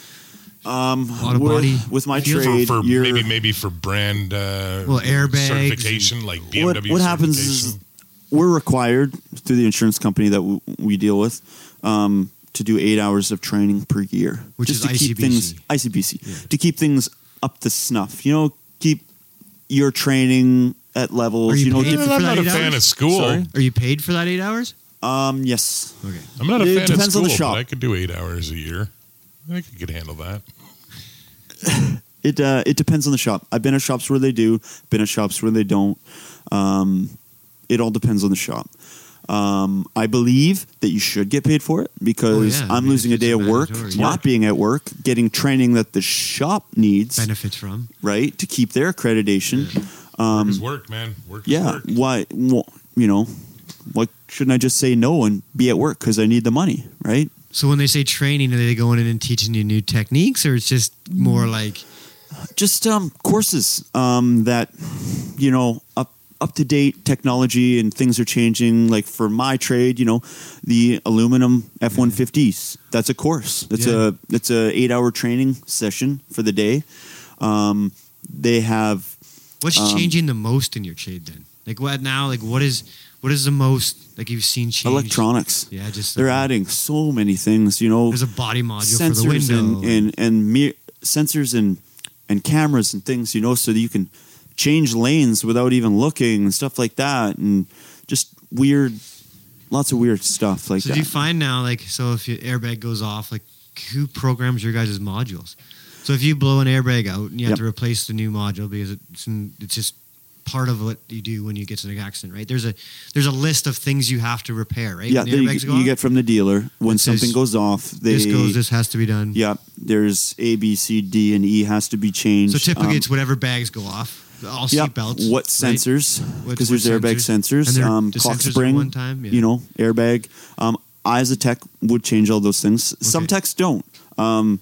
Um,
Auto
with,
body.
with my
For-
trade,
for
you're-
maybe maybe for brand uh,
Well, airbags
certification like BMW.
what, what happens is
certification.
we're required through the insurance company that w- we deal with um, to do eight hours of training per year,
Which
just
is
to keep
ICBC.
things ICBC to keep things up to snuff. You know, keep your training at levels.
Are you
know,
paid
different-
for
I'm
that
not a
eight
fan
hours?
of school.
Sorry?
Are you paid for that eight hours?
um, yes,
Okay.
I'm not a
It
fan of
depends on
school,
the
but
shop.
I could do eight hours a year. I think I could handle that.
It uh, it depends on the shop. I've been at shops where they do, been at shops where they don't. Um, it all depends on the shop. Um, I believe that you should get paid for it because
Oh, yeah. I
I'm
mean,
losing a
if it's
day of work,
mandatory, yeah.
not being at work, getting training that the shop needs,
Benefits from.
right, to keep their accreditation.
work is work, man. Work is
Um, Yeah,
work.
why? Well, you know, why shouldn't I just say no and be at work because I need the money, right?
So when they say training, are they going in and teaching you new techniques, or it's just
Mm.
more like
just um, courses um, that you know up up to date technology and things are changing. Like for my trade, you know, the aluminum F one fifties. That's a course. That's
Yeah.
a that's a eight hour training session for the day. Um, they have
what's
Um,
changing the most in your trade then? Like what now? Like what is what is the most like you've seen change?
electronics.
Yeah, just
They're
uh,
adding so many things. You know,
There's a body module for the
sensors
window.
and and, and mir- sensors and and cameras and things you know so that you can change lanes without even looking and stuff like that and just weird lots of weird stuff like
so
that
do you find now like so if your airbag goes off, like who programs your guys' modules? So if you blow an airbag out and you have
Yep.
to replace the new module because it's in, it's just part of what you do when you get to an accident, right? There's a there's a list of things you have to repair, right?
yeah
When the
that you,
airbags
get-
go
you
off,
get from the dealer when
It says,
something goes off they
this goes, this has to be done.
yeah there's a b c d and e has to be changed
So typically,
Um,
it's whatever bags go off. All seat
yeah,
belts.
what
right?
sensors
What-
because there's
what
airbag sensors,
And they're-
um
the
cock
sensors are
spring
One time, yeah.
you know, airbag. Um, I as a tech would change all those things. Some
Okay.
techs don't. Um,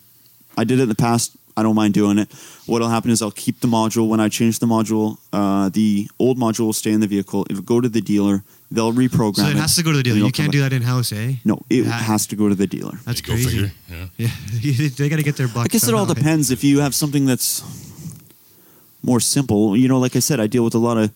I did it in the past. I don't mind doing it. What'll happen is I'll keep the module. When I change the module, uh, the old module will stay in the vehicle. It'll go to the dealer. They'll reprogram
So it has to go to the dealer. You can't do that in house, eh?
No, it
Yeah.
has to go to the dealer.
That's
Go
crazy.
figure. Yeah.
Yeah, they got to get their buck.
I guess it all
somehow, eh?
depends. If you have something that's more simple, you know, like I said, I deal with a lot of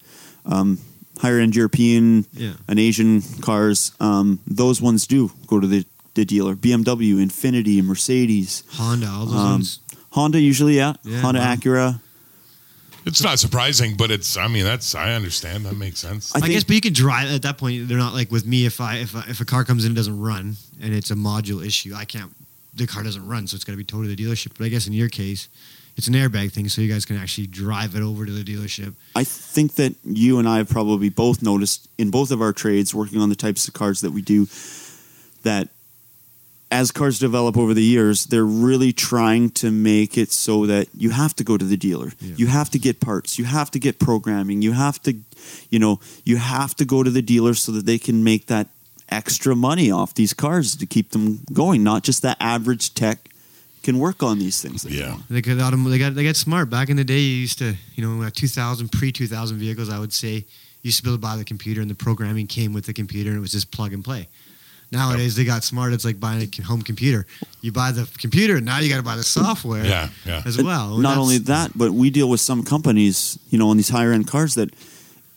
um, higher end European
Yeah.
and Asian cars. Um, those ones do go to the, the dealer. BMW, Infinity, Mercedes,
Honda, all those
Um,
ones.
Honda usually, yeah.
Yeah,
Honda
wow.
Acura.
It's not surprising, but it's. I mean, that's. I understand. That makes sense.
I
I,
think-
guess, but you can drive at that point. They're not like with me. If I if I, if a car comes in and doesn't run and it's a module issue, I can't. The car doesn't run, so it's got to be towed to the dealership. But I guess in your case, it's an airbag thing, so you guys can actually drive it over to the dealership.
I think that you and I have probably both noticed in both of our trades, working on the types of cars that we do, that as cars develop over the years, they're really trying to make it so that you have to go to the dealer.
Yeah.
You have to get parts. You have to get programming. You have to, you know, you have to go to the dealer so that they can make that extra money off these cars to keep them going. Not just that average tech can work on these things.
Yeah.
They got, autom- they got they got smart. Back in the day, you used to you know two thousand pre two thousand vehicles. I would say you used to be able to buy the computer, and the programming came with the computer, and it was just plug and play. Nowadays, they got smart. It's like buying a c- home computer. You buy the computer, now you got to buy the software
Yeah. Yeah.
as
And
well.
Not
That's-
only that, but we deal with some companies, you know, on these higher end cars that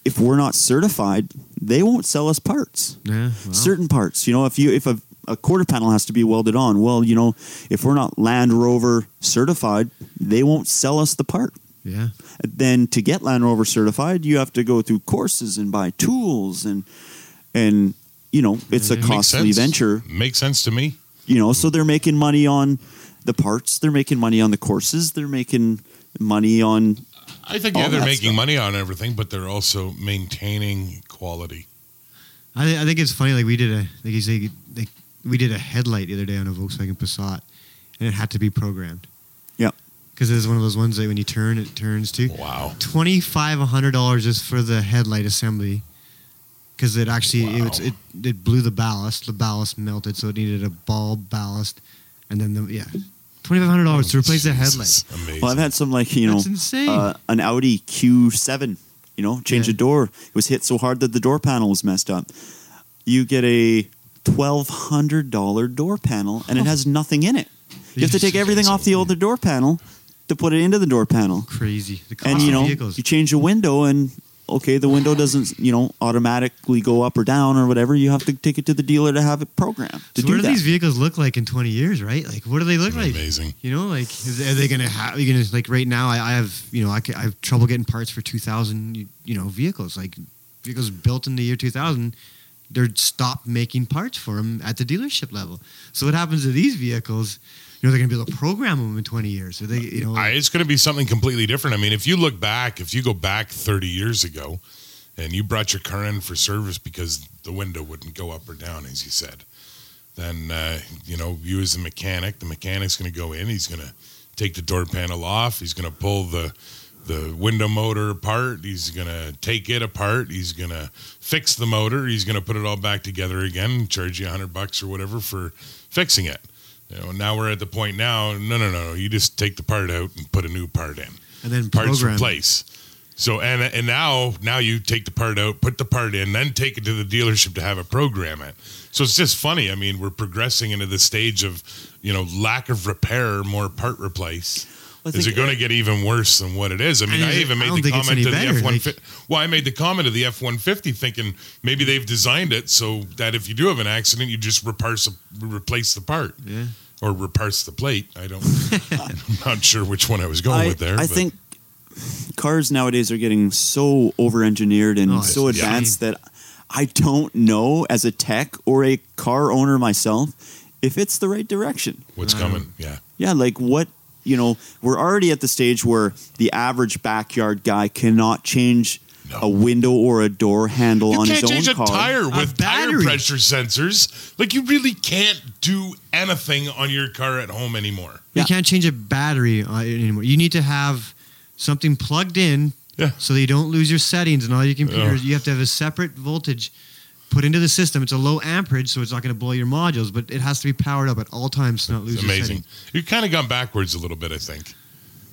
if we're not certified, they won't sell us parts.
yeah, well,
Certain parts, you know, if you if a, a quarter panel has to be welded on, well, you know, if we're not Land Rover certified, they won't sell us the part.
yeah.
Then to get Land Rover certified, you have to go through courses and buy tools and and you know, it's a
Yeah.
Makes
costly
sense.
venture
Makes sense to me.
you know so they're making money on the parts they're making money on the courses they're making money on
I think
All
yeah, they're
that
making
stuff.
money on everything, but they're also maintaining quality.
I, thi- I think it's funny. Like we did a like you say like we did a headlight the other day on a Volkswagen Passat, and it had to be programmed.
Yep.
because it's one of those ones that when you turn, it turns to.
Wow.
twenty five hundred dollars just for the headlight assembly because it actually
Wow.
it, it it blew the ballast. The ballast melted, so it needed a bulb ballast, and then the yeah twenty five hundred dollars to replace the headlight.
Jesus, Amazing.
well i've had some like you know
That's insane.
uh, an audi q7 you know change
Yeah.
a door it was hit so hard that the door panel was messed up you get a twelve hundred dollar door panel, and it has nothing in it. You have to
just
take
get
everything off the older door panel to put it into the door panel,
Crazy. The cost
and you
of
know
vehicles.
you change the window, and okay, the window doesn't you know automatically go up or down or whatever. You have to take it to the dealer to have it programmed to
so
do
what do
that.
these vehicles look like in 20 years, right? Like, what do they look like?
Amazing.
You know, like, is, are they going to have, you going to, like, right now, I, I have, you know, I, ca- I have trouble getting parts for 2,000, you- you know, vehicles. Like, vehicles built in the year 2000, they're stopped making parts for them at the dealership level. So, what happens to these vehicles? You know, they're going to be able to program them in 20 years. Are they, you know,
I, it's going to be something completely different. I mean, if you look back, if you go back 30 years ago and you brought your car in for service because the window wouldn't go up or down, as you said, then, uh, you know, you as a mechanic, the mechanic's going to go in, he's going to take the door panel off, he's going to pull the the window motor apart. He's gonna take it apart. He's gonna fix the motor. He's gonna put it all back together again. Charge you a hundred bucks or whatever for fixing it. You know, now we're at the point now. No, no, no. You just take the part out and put a new part in.
and then
Parts
program.
replace. So and and now now you take the part out, put the part in, then take it to the dealership to have it program it. So it's just funny. I mean, we're progressing into the stage of you know lack of repair, more part replace.
I
Is
think-
it going to get even worse than what it is? I mean,
I-
I, even
I
made
don't
the
think it's
comment to
any
the
better,
F one.
like-
Well, I made the comment to the F one fifty, thinking maybe they've designed it so that if you do have an accident, you just reparse replace the part
Yeah.
or reparse the plate. I don't. I'm not sure which one I was going
I,
with there.
I
but-
think cars nowadays are getting so over engineered and
Oh, it's
so
insane.
advanced that I don't know as a tech or a car owner myself if it's the right direction.
what's coming. Yeah.
Yeah, like what you know, we're already at the stage where the average backyard guy cannot change
No.
a window or a door handle
You
on
can't
his
change
own
a
car.
tire
A
with tire
battery.
pressure sensors. Like you really can't do anything on your car at home anymore.
Yeah.
You can't change a battery uh, anymore. You need to have something plugged in
Yeah.
so that you don't lose your settings and all your computers.
Ugh.
You have to have a separate voltage put into the system. It's a low amperage, so it's not going to blow your modules, but it has to be powered up at all times to not lose
It's
your
amazing.
setting.
You've kind of gone backwards a little bit, I think.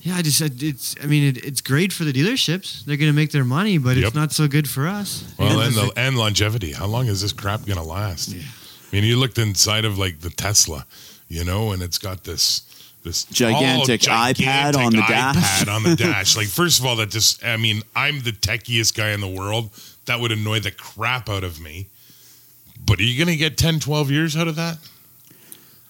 Yeah, I just I- it's. I mean, it, it's great for the dealerships. They're going to make their money, but
Yep.
it's not so good for us.
Well,
Yeah,
and
that's
the, and longevity. How long is this crap going to last?
Yeah.
I mean, you looked inside of like the Tesla, you know, and it's got this this
Gigantic
all
iPad on the dash.
iPad on the dash. Like, first of all, that just. I mean, I'm the techiest guy in the world. That would annoy the crap out of me. But are you going to get 10, 12 years out of that?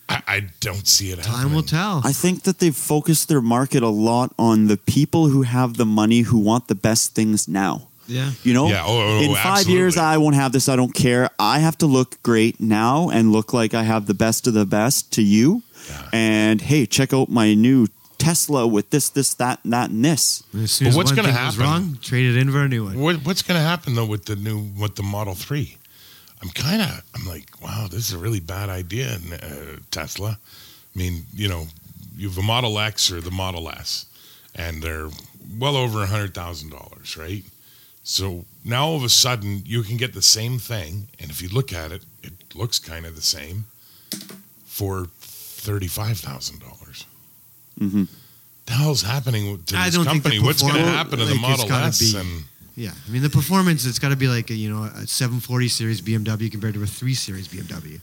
I, I don't see it.
the time will
happening.
tell.
I think that they've focused their market a lot on the people who have the money who want the best things now.
yeah,
You know,
Yeah, oh, oh,
in
oh,
five years,
absolutely.
I won't have this. I don't care. I have to look great now and look like I have the best of the best to you.
Yeah.
And hey, check out my new Tesla with this, this, that, and that, and this.
As soon
But
as
what's
one
gonna
thing goes
happen?
wrong, trade it in for a new one.
What, what's going to happen though with the new with the Model Three? I'm kind of I'm like, wow, this is a really bad idea, N- uh, Tesla. I mean, you know, you have a Model X or the Model S, and they're well over a hundred thousand dollars, right? So now all of a sudden you can get the same thing, and if you look at it, it looks kind of the same for thirty five thousand dollars.
hmm
The hell's happening to
I
this
don't think the
company? What's going to
perform-
happen to the
like, it's
Model
gotta
S?
be-
and
Yeah, I mean the performance. It's got to be like a you know a 740 series BMW compared to a 3 Series BMW.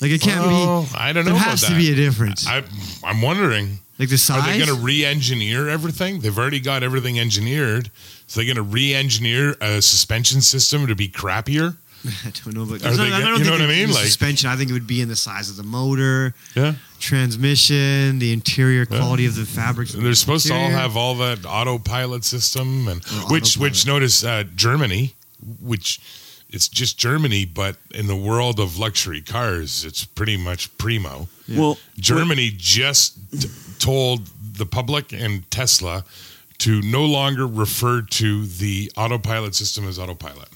Like it can't
Well, Oh, I
be.
don't know.
There
about
has
that.
to be a difference.
I, I'm wondering,
like the size.
are they going to re-engineer everything? They've already got everything engineered. So they're going to re-engineer a suspension system to be crappier.
I don't know. But
Are they
I
gonna-
don't
you
think
know what I
it'd be
mean? Like-
suspension. I think it would be in the size of the motor,
Yeah,
transmission, the interior quality of the fabrics. of the
they're supposed to all
interior.
have all that autopilot system, and
Or
which which
autopilot.
notice uh, Germany, which it's just Germany, but in the world of luxury cars, it's pretty much primo.
Yeah.
Well,
Germany just t- told the public and Tesla to no longer refer to the autopilot system as autopilot.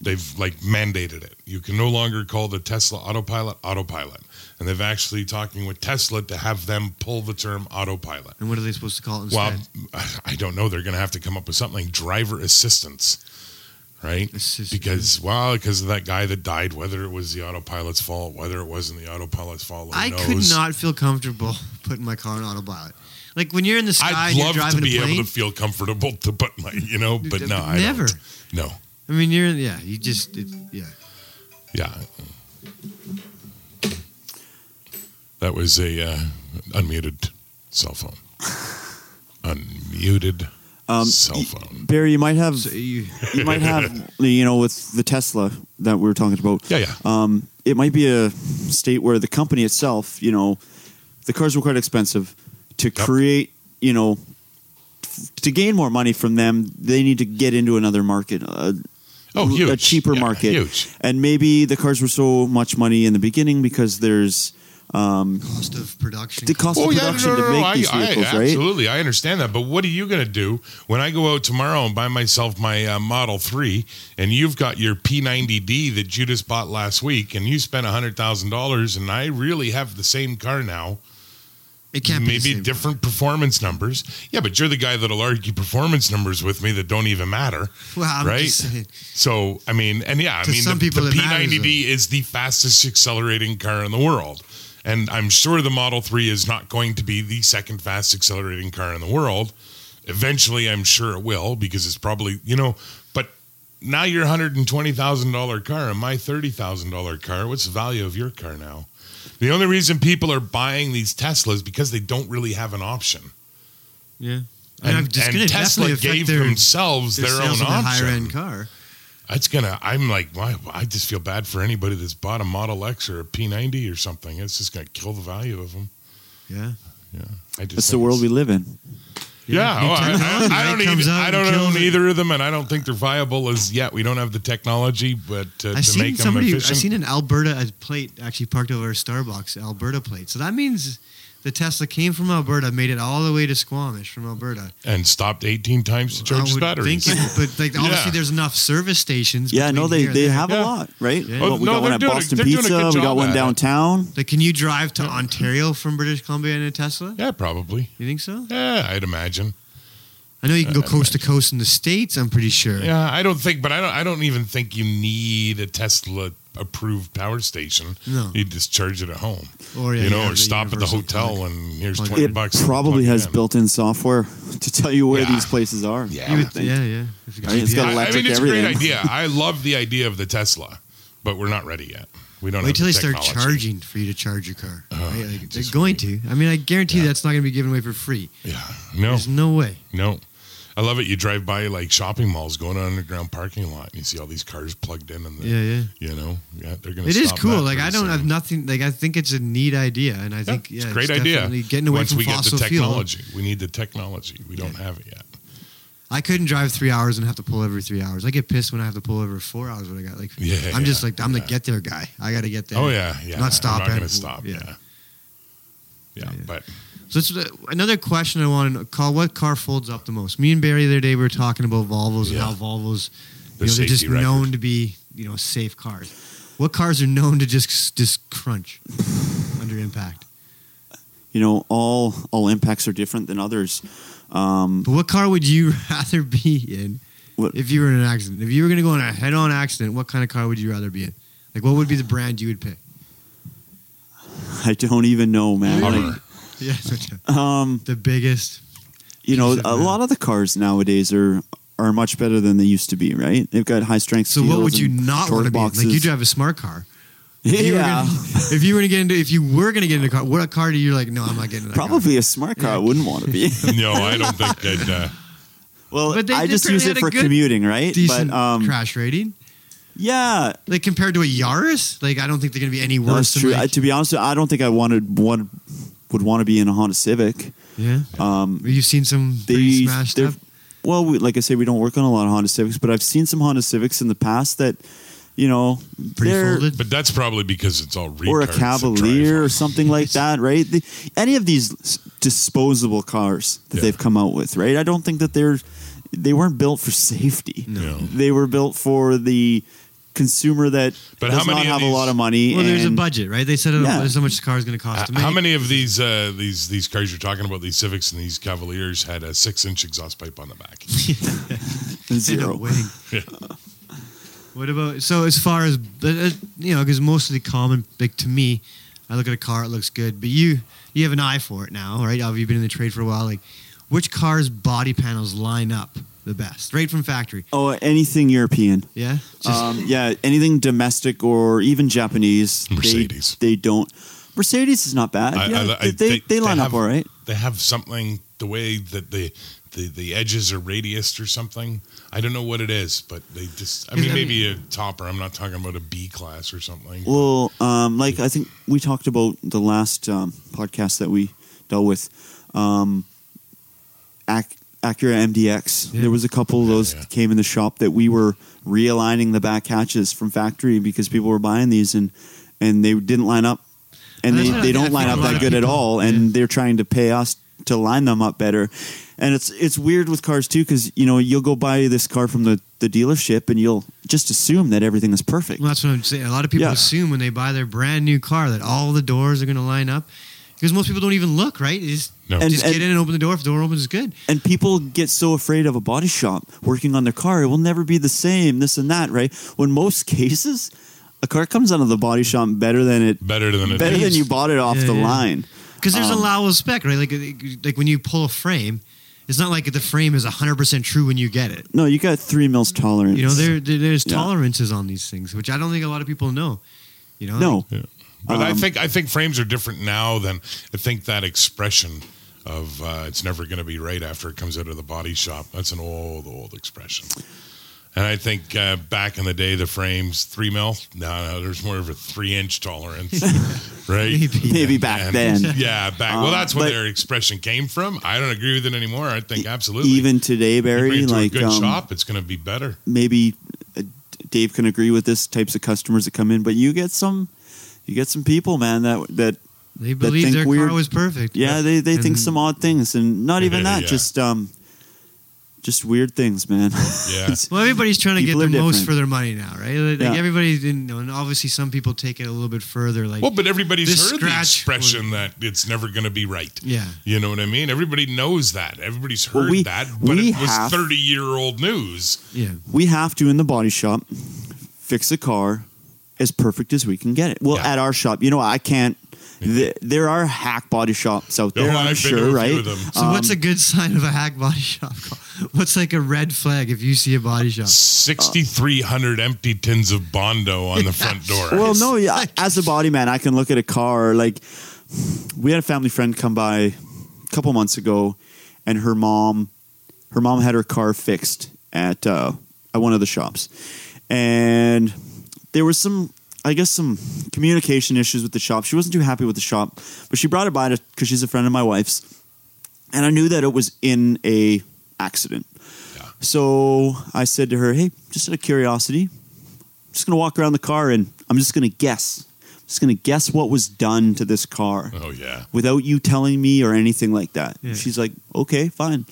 They've like mandated it. You can no longer call the Tesla autopilot autopilot. And they've actually talking with Tesla to have them pull the term autopilot.
And what are they supposed to call it
Well,
instead?
I don't know. They're going to have to come up with something like driver assistance, right?
Assist-
Because well, because of that guy that died, whether it was the autopilot's fault, whether it wasn't the autopilot's fault, who
I
knows?
could not feel comfortable putting my car on autopilot. Like when you're in the sky
I'd
and you're
love to
driving
be
a plane.
able to feel comfortable to put my, you know, but no, I
never.
Don't. No,
I mean, you're yeah. You just it, yeah.
Yeah. That was a uh, unmuted cell phone. unmuted
Um,
cell
y-
phone.
Barry, you might have
So you,
you might have you know with the Tesla that we were talking about.
Yeah, yeah.
um, it might be a state where the company itself, you know, the cars were quite expensive to create, you know, f- to gain more money from them, they need to get into another market, uh, a,
oh, huge.
a cheaper
Yeah,
market.
Huge.
And maybe the cars were so much money in the beginning because there's um,
cost of production.
the cost
Oh
of production to make these vehicles,
I,
right?
Absolutely, I understand that. But what are you going to do when I go out tomorrow and buy myself my uh, Model Three, and you've got your P90D that you just bought last week, and you spent hundred thousand dollars, and I really have the same car now,
It can't be the
maybe
same.
different performance numbers. Yeah, but you're the guy that'll argue performance numbers with me that don't even matter.
Well, I'm
right?
just saying.
So I mean, and yeah, I
To
mean,
some
the,
people
the
it matters,
P90D is the fastest accelerating car in the world, and I'm sure the Model Three is not going to be the second fast accelerating car in the world. Eventually, I'm sure it will because it's probably you know, but. Now your hundred and twenty thousand dollar car and my thirty thousand dollar car. What's the value of your car now? The only reason people are buying these Teslas because they don't really have an option.
Yeah.
And,
I'm just
and
gonna definitely
Tesla
affect
gave
their-
themselves
their
their,
sales
own
of the
option.
higher end car.
That's gonna. I'm like, why? I just feel bad for anybody that's bought a Model X or a P90 or something. It's just gonna kill the value of them.
Yeah.
I just
That's the
think
world we
it's-
live in.
Yeah,
new
oh, I-
technology,
I, I
right,
don't
comes
even.
out
I
and
don't
kills
own
it.
either of them, and I don't think they're viable as yet. We don't have the technology, but uh,
I've
to
seen
make them
somebody.
efficient.
I've seen an Alberta a plate actually parked over a Starbucks Alberta plate. So that means the Tesla came from Alberta, made it all the way to Squamish from Alberta.
and stopped 18 times to
I
charge his
would
batteries.
Think it, but like obviously,
Yeah.
there's enough service stations.
Yeah, no,
between
they,
here and
they
there.
have
Yeah. Oh,
a lot, right?
Yeah.
Well, we
No,
got one
they're
at
doing a-
Boston
they're doing a
Pizza.
good
We got
job
one
at it.
downtown.
Like, can you drive to Ontario from British Columbia in a Tesla?
yeah, probably.
You think so?
Yeah, I'd imagine.
I know you can go
Uh,
coast to coast in the states. I'm pretty sure.
Yeah, I don't think, but I don't. I don't even think you need a Tesla approved power station.
No.
You just charge it at home.
Or Oh, yeah,
you know,
yeah,
or
the
stop at the
universal
hotel
plug.
and here's
Plug
twenty
It
bucks. to
probably
plug
has
in.
built-in software to tell you where
Yeah.
these places are.
Yeah.
I
You
would
would-
think.
yeah, yeah. If you
Right, it's
GPS.
got a
I
lot-
mean,
electric
it's a great
everything.
idea. I love the idea of the Tesla, but we're not ready yet. We don't
Wait
have
till they
the
start
technology.
charging for you to charge your car.
Oh,
right? Like, they're
just
going to. I mean, I guarantee
Yeah.
that's not going to be given away for free.
Yeah, no,
There's no way.
no. I love it. You drive by like shopping malls, go in an underground parking lot, and you see all these cars plugged in, and the,
Yeah, yeah.
you know, yeah, they're gonna.
It is
stop
cool.
that
Like
pretty
I don't
soon.
have nothing. Like I think it's a neat idea, and I
Yeah,
think yeah,
it's a great
it's
idea.
definitely Getting away
Once
from
we get
fossil
the
fuel.
technology, we need the technology. We don't have it yet.
I couldn't drive three hours and have to pull every three hours. I get pissed when I have to pull over four hours. When I got like,
Yeah,
I'm just
yeah,
like I'm
yeah.
the get there guy. I got to get there.
Oh yeah, yeah.
Not stopping.
I'm not gonna stop.
Yeah.
yeah. Yeah,
Yeah.
but
So this is another question I want to call: What car folds up the most? Me and Barry the other day we were talking about Volvos
Yeah.
and how Volvos,
Their
you know, they're just
safety record.
known to be you know safe cars. What cars are known to just just crunch under impact?
You know, all all impacts are different than others. Um,
But what car would you rather be in
What-
if you were in an accident? If you were going to go in a head-on accident, what kind of car would you rather be in? Like, what would be the brand you would pick?
I don't even know, man.
Hummer.
Yeah,
Like, um,
the biggest.
you know,
Piece of
a
that.
lot of the cars nowadays are are much better than they used to be, right? They've got high strength.
So, what
steels
would you
and
not want to
torque
be? in? Like,
boxes.
you drive a smart car. If you were
yeah,
gonna- if you were going to get into, if you were going to get into a car, what car do you like? No, I'm not getting into that car."
probably a smart car. I wouldn't want to be.
no, I don't think that. Uh,
well,
But they
I
did
just
apparently
use
had
it
a
for
good,
commuting, right?
Decent
but um,
crash rating,
yeah,
like compared to a Yaris. Like, I don't think they're going to be any
no,
worse.
that's true.
Than,
I,
like,
to be honest, I don't think I wanted one would want to be in a Honda Civic.
yeah,
Um,
you've seen some pretty smashed
they're-
up.
Well, we, like I say, we don't work on a lot of Honda Civics, but I've seen some Honda Civics in the past that, you know,
Pretty
they're-
folded.
but that's probably because it's all retards
or a
that drive
Cavalier
them.
or something like that, right? The, any of these s- disposable cars that
Yeah.
they've come out with, right? I don't think that they're they weren't built for safety.
No.
They were built for the consumer that
But how
does not
many of
have a
these-
lot of money.
Well, there's a
and-
budget, right? They said
Yeah.
yeah. how much the car is going to cost
Uh,
to make.
How many of these uh, these these cars you're talking about, these Civics and these Cavaliers, had a six inch exhaust pipe on the back?
zero.
Yeah.
What about so as far as uh, you know? Because most of the common, like to me, I look at a car, it looks good, but you you have an eye for it now, right? You've been in the trade for a while. Like, which car's body panels line up the best, right from factory.
Oh, anything European.
Yeah, just
Um, yeah, anything domestic or even Japanese. they-
Mercedes.
They, don't. Mercedes is not bad.
I-
yeah,
I- I-
they, they,
they
line
have-
up all right.
They have something the way that the the, the edges are radiused or something. I don't know what it is, but they just. I
Is-
mean,
I
maybe a topper. I'm not talking about a B class or something.
Well, um, like I think we talked about the last um, podcast that we dealt with, um, Ac- Acura MDX.
Yeah.
There was a couple of those
Yeah, yeah.
came in the shop that we were realigning the back hatches from factory because people were buying these and and they didn't line up, and
That's
they,
not-
they
I
don't
think
line
a
up
lot
that
of
good at
people-
all, and they're trying to pay us to line them up better. And it's it's weird with cars too because you know you'll go buy this car from the, the dealership and you'll just assume that everything is perfect.
Well, that's what I'm saying. A lot of people
Yeah.
assume when they buy their brand new car that all the doors are going to line up because most people don't even look, right? They just
No.
And-
just get in and open the door. If the door opens, it's good.
And people get so afraid of a body shop working on their car. It will never be the same, this and that, right? When most cases, a car comes out of the body shop better than it
better than a
better than you bought it off
Yeah,
the
yeah.
line.
Because there's
Um,
allowable spec, right? Like like when you pull a frame, it's not like the frame is 100 percent true when you get it.
No, you got three mils tolerance.
You know, there, there there's
Yeah.
tolerances on these things, which I don't think a lot of people know. You know,
no.
But I
Um,
think I think frames are different now than I think that expression of uh, it's never going to be right after it comes out of the body shop. That's an old old expression. And I think uh, back in the day, the frames three mil. No, no, there's more of a three inch tolerance, right?
Maybe.
Maybe back then.
Yeah, back. well,
Um,
that's where
but- E-,
their expression came from. I don't agree with it anymore. I think absolutely.
Even today,
You bring
Barry,
it to
like
a good
um,
shop, it's going to be better.
maybe uh, Dave can agree with this types of customers that come in, but you get some, you get some people, man, that that
they believe
think
their
weird-
car was perfect.
Yeah, they, they think
And-
some odd things, and not even that,
Yeah.
just um, just weird things, man.
Yeah.
Well, everybody's trying to get
People
the
are
most
different.
for their money now, right? Like
Yeah.
everybody, you know, and obviously some people take it a little bit further. Like,
Well, but everybody's
This
heard the
scratch
expression that it's never going to be right.
yeah,
You know what I mean? Everybody knows that. Everybody's heard
Well, we-
that, but
we
it was
have-
30 year old news.
yeah.
we have to in the body shop fix a car as perfect as we can get it. Well,
Yeah.
at our shop, you know, I can't. Th- there are hack body shops out
Oh,
there, I'm
I've been to
sure,
a few
right? Uh,
of them.
So what's
Um,
a good sign of a hack body shop? call? What's like a red flag if you see a body shop?
6,300 empty tins of Bondo on the front door.
Well, no, yeah. As a body man, I can look at a car. Like, we had a family friend come by a couple months ago, and her mom, her mom had her car fixed at uh, at one of the shops, and there was some, I guess, some communication issues with the shop. She wasn't too happy with the shop, but she brought it by because she's a friend of my wife's, and I knew that it was in a accident.
Yeah.
So I said to her, "Hey, just out of curiosity, I'm just gonna walk around the car and I'm just gonna guess. I'm just gonna guess what was done to this car
Oh, yeah.
without you telling me or anything like that.
Yeah.
She's like, okay, fine.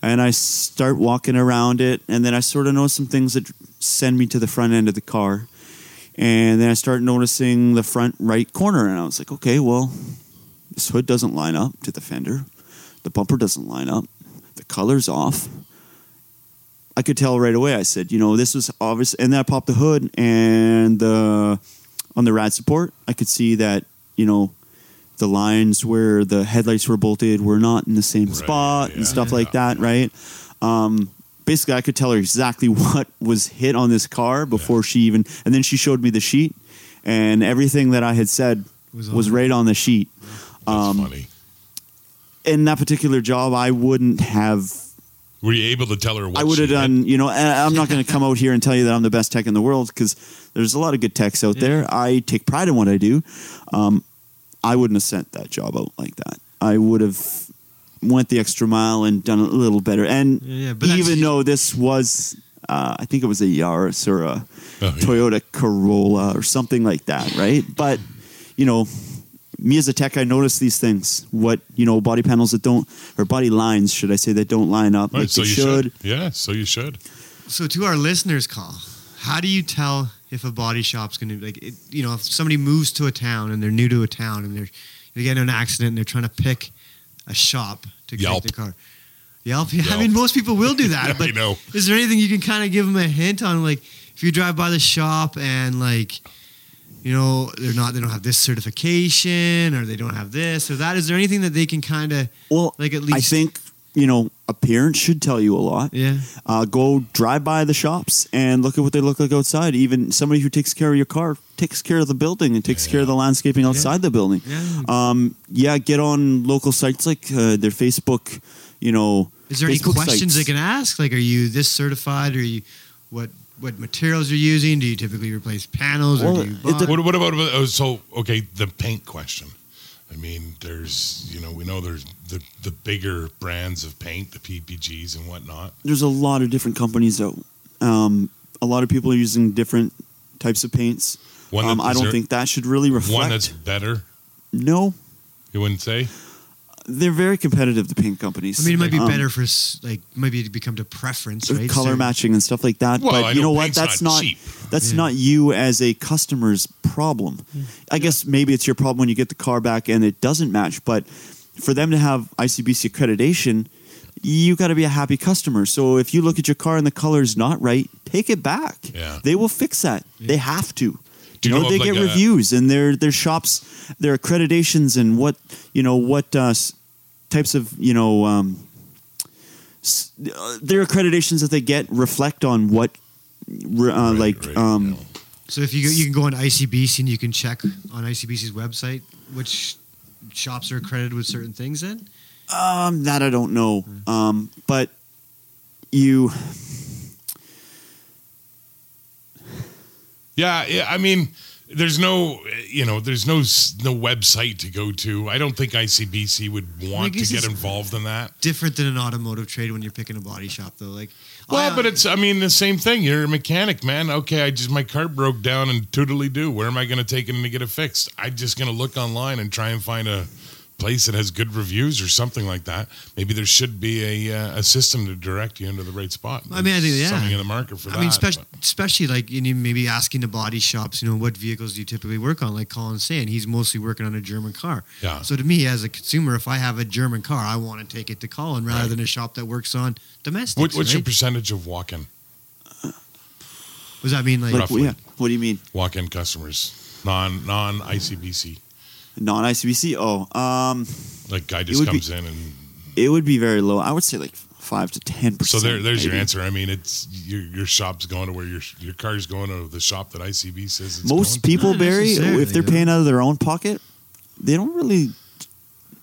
And I start walking around it, and then I sort of know some things that send me to the front end of the car. And then I start noticing the front right corner, and I was like, okay, well, this hood doesn't line up to the fender, the bumper doesn't line up, the color's off. I could tell right away. I said, you know, this was obvious. And then I popped the hood, and the on the rad support, I could see that you know the lines where the headlights were bolted were not in the same
Right,
spot
yeah,
and stuff
yeah.
like that, right? Um, basically, I could tell her exactly what was hit on this car before she even, and then she showed me the sheet, and everything that I had said
Was
was,
on it.
right on the sheet.
That's
Um,
funny.
in that particular job, I wouldn't have
Were you able to tell her what
I would
she
have
did?
done, you know, and I'm not going to come out here and tell you that I'm the best tech in the world because there's a lot of good techs out there. I take pride in what I do. Um, I wouldn't have sent that job out like that. I would have went the extra mile and done a little better. And
Yeah, yeah, but that's-
even though this was, uh, I think it was a Yaris or a
Oh, yeah.
Toyota Corolla or something like that, right? But you know, me as a tech, I notice these things. What you know, body panels that don't or body lines, should I say, that don't line up
Right,
like
so
they
you
should.
should. Yeah, so you should.
So to our listeners, call. How do you tell if a body shop's going to like? It, you know, if somebody moves to a town and they're new to a town and they're they get in an accident and they're trying to pick a shop to get
Yelp.
the car. Yelp. Yeah, I
Yelp.
mean, most people will do
Yeah,
that.
I
but
know.
is there anything you can kind of give them a hint on? Like, if you drive by the shop and like, you know, they're not they don't have this certification or they don't have this or that. Is there anything that they can kind of
Well,
like at least
I think you know a appearance should tell you a lot.
Yeah.
Uh, go drive by the shops and look at what they look like outside. Even somebody who takes care of your car takes care of the building and takes care of the landscaping outside the building.
Yeah.
Um, yeah, get on local sites like uh, their Facebook. You know,
Is there any
Facebook
questions they
sites.
can ask? Like, are you this certified? Are you what what materials are you using? Do you typically replace panels
Well,
or do you
it
buy?
dep-
What, what about oh, so? Okay, the paint question. I mean, there's you know we know there's the the bigger brands of paint, the PPGs and whatnot.
there's a lot of different companies out. Um, a lot of people are using different types of paints.
One
um,
that-
I
is
don't
there
think that should really reflect.
one that's better.
no,
You wouldn't say.
they're very competitive. The paint companies.
I mean, it might be
Um,
better for s- like maybe to become to preference, right?
color
So-
matching and stuff like that.
Well,
but
I
you
know
know what?
paint's
That's
not
not
cheap.
that's
Yeah.
not you as a customer's problem. I guess maybe it's your problem when you get the car back and it doesn't match. But for them to have ICBC accreditation, you got to be a happy customer. So if you look at your car and the color's not right, take it back.
Yeah.
They will fix that. They have to.
Do you
You know,
know
they
of, like,
get
a-
reviews and their their shops, their accreditations, and what you know what uh, s- types of you know um, s- uh, their accreditations that they get reflect on what re- uh,
Right,
like
right,
um,
no.
So if you go, you can go on ICBC and you can check on ICBC's website which shops are accredited with certain things. Then
um that I don't know
Hmm.
um but you
Yeah, yeah. I mean, there's no, you know, there's no s- no website to go to. I don't think ICBC would want to
guess
get
it's-
involved in that.
different than an automotive trade when you're picking a body shop, though. Like,
Well,
I-
but it's, I mean, the same thing. You're a mechanic, man. Okay, I just, my car broke down and toodly do. Where am I going to take it to get it fixed? I'm just going to look online and try and find a place that has good reviews or something like that. Maybe there should be a, uh, a system to direct you into the right spot.
I mean, I think, yeah.
Something in the market for that.
I mean,
but-
especially, especially like you need maybe asking the body shops, you know, what vehicles do you typically work on? Like Colin's saying, he's mostly working on a German car.
Yeah.
So to me, as a consumer, if I have a German car, I want to take it to Colin rather
Right.
than a shop that works on domestics.
What, what's your
right?
percentage of walk-in
Does that mean like
like
Roughly.
yeah what do you mean
walk-in customers, non non ICBC?
non ICBC oh um
Like guy
would
just
be-
comes in and
it would be very low I would say like five to ten
so
percent
there, there's your answer. I mean, it's your your shop's going to where your your car's going to the shop that ICB says it's
most
going
people
Not
Barry
necessarily,
if they're
yeah.
paying out of their own pocket they don't really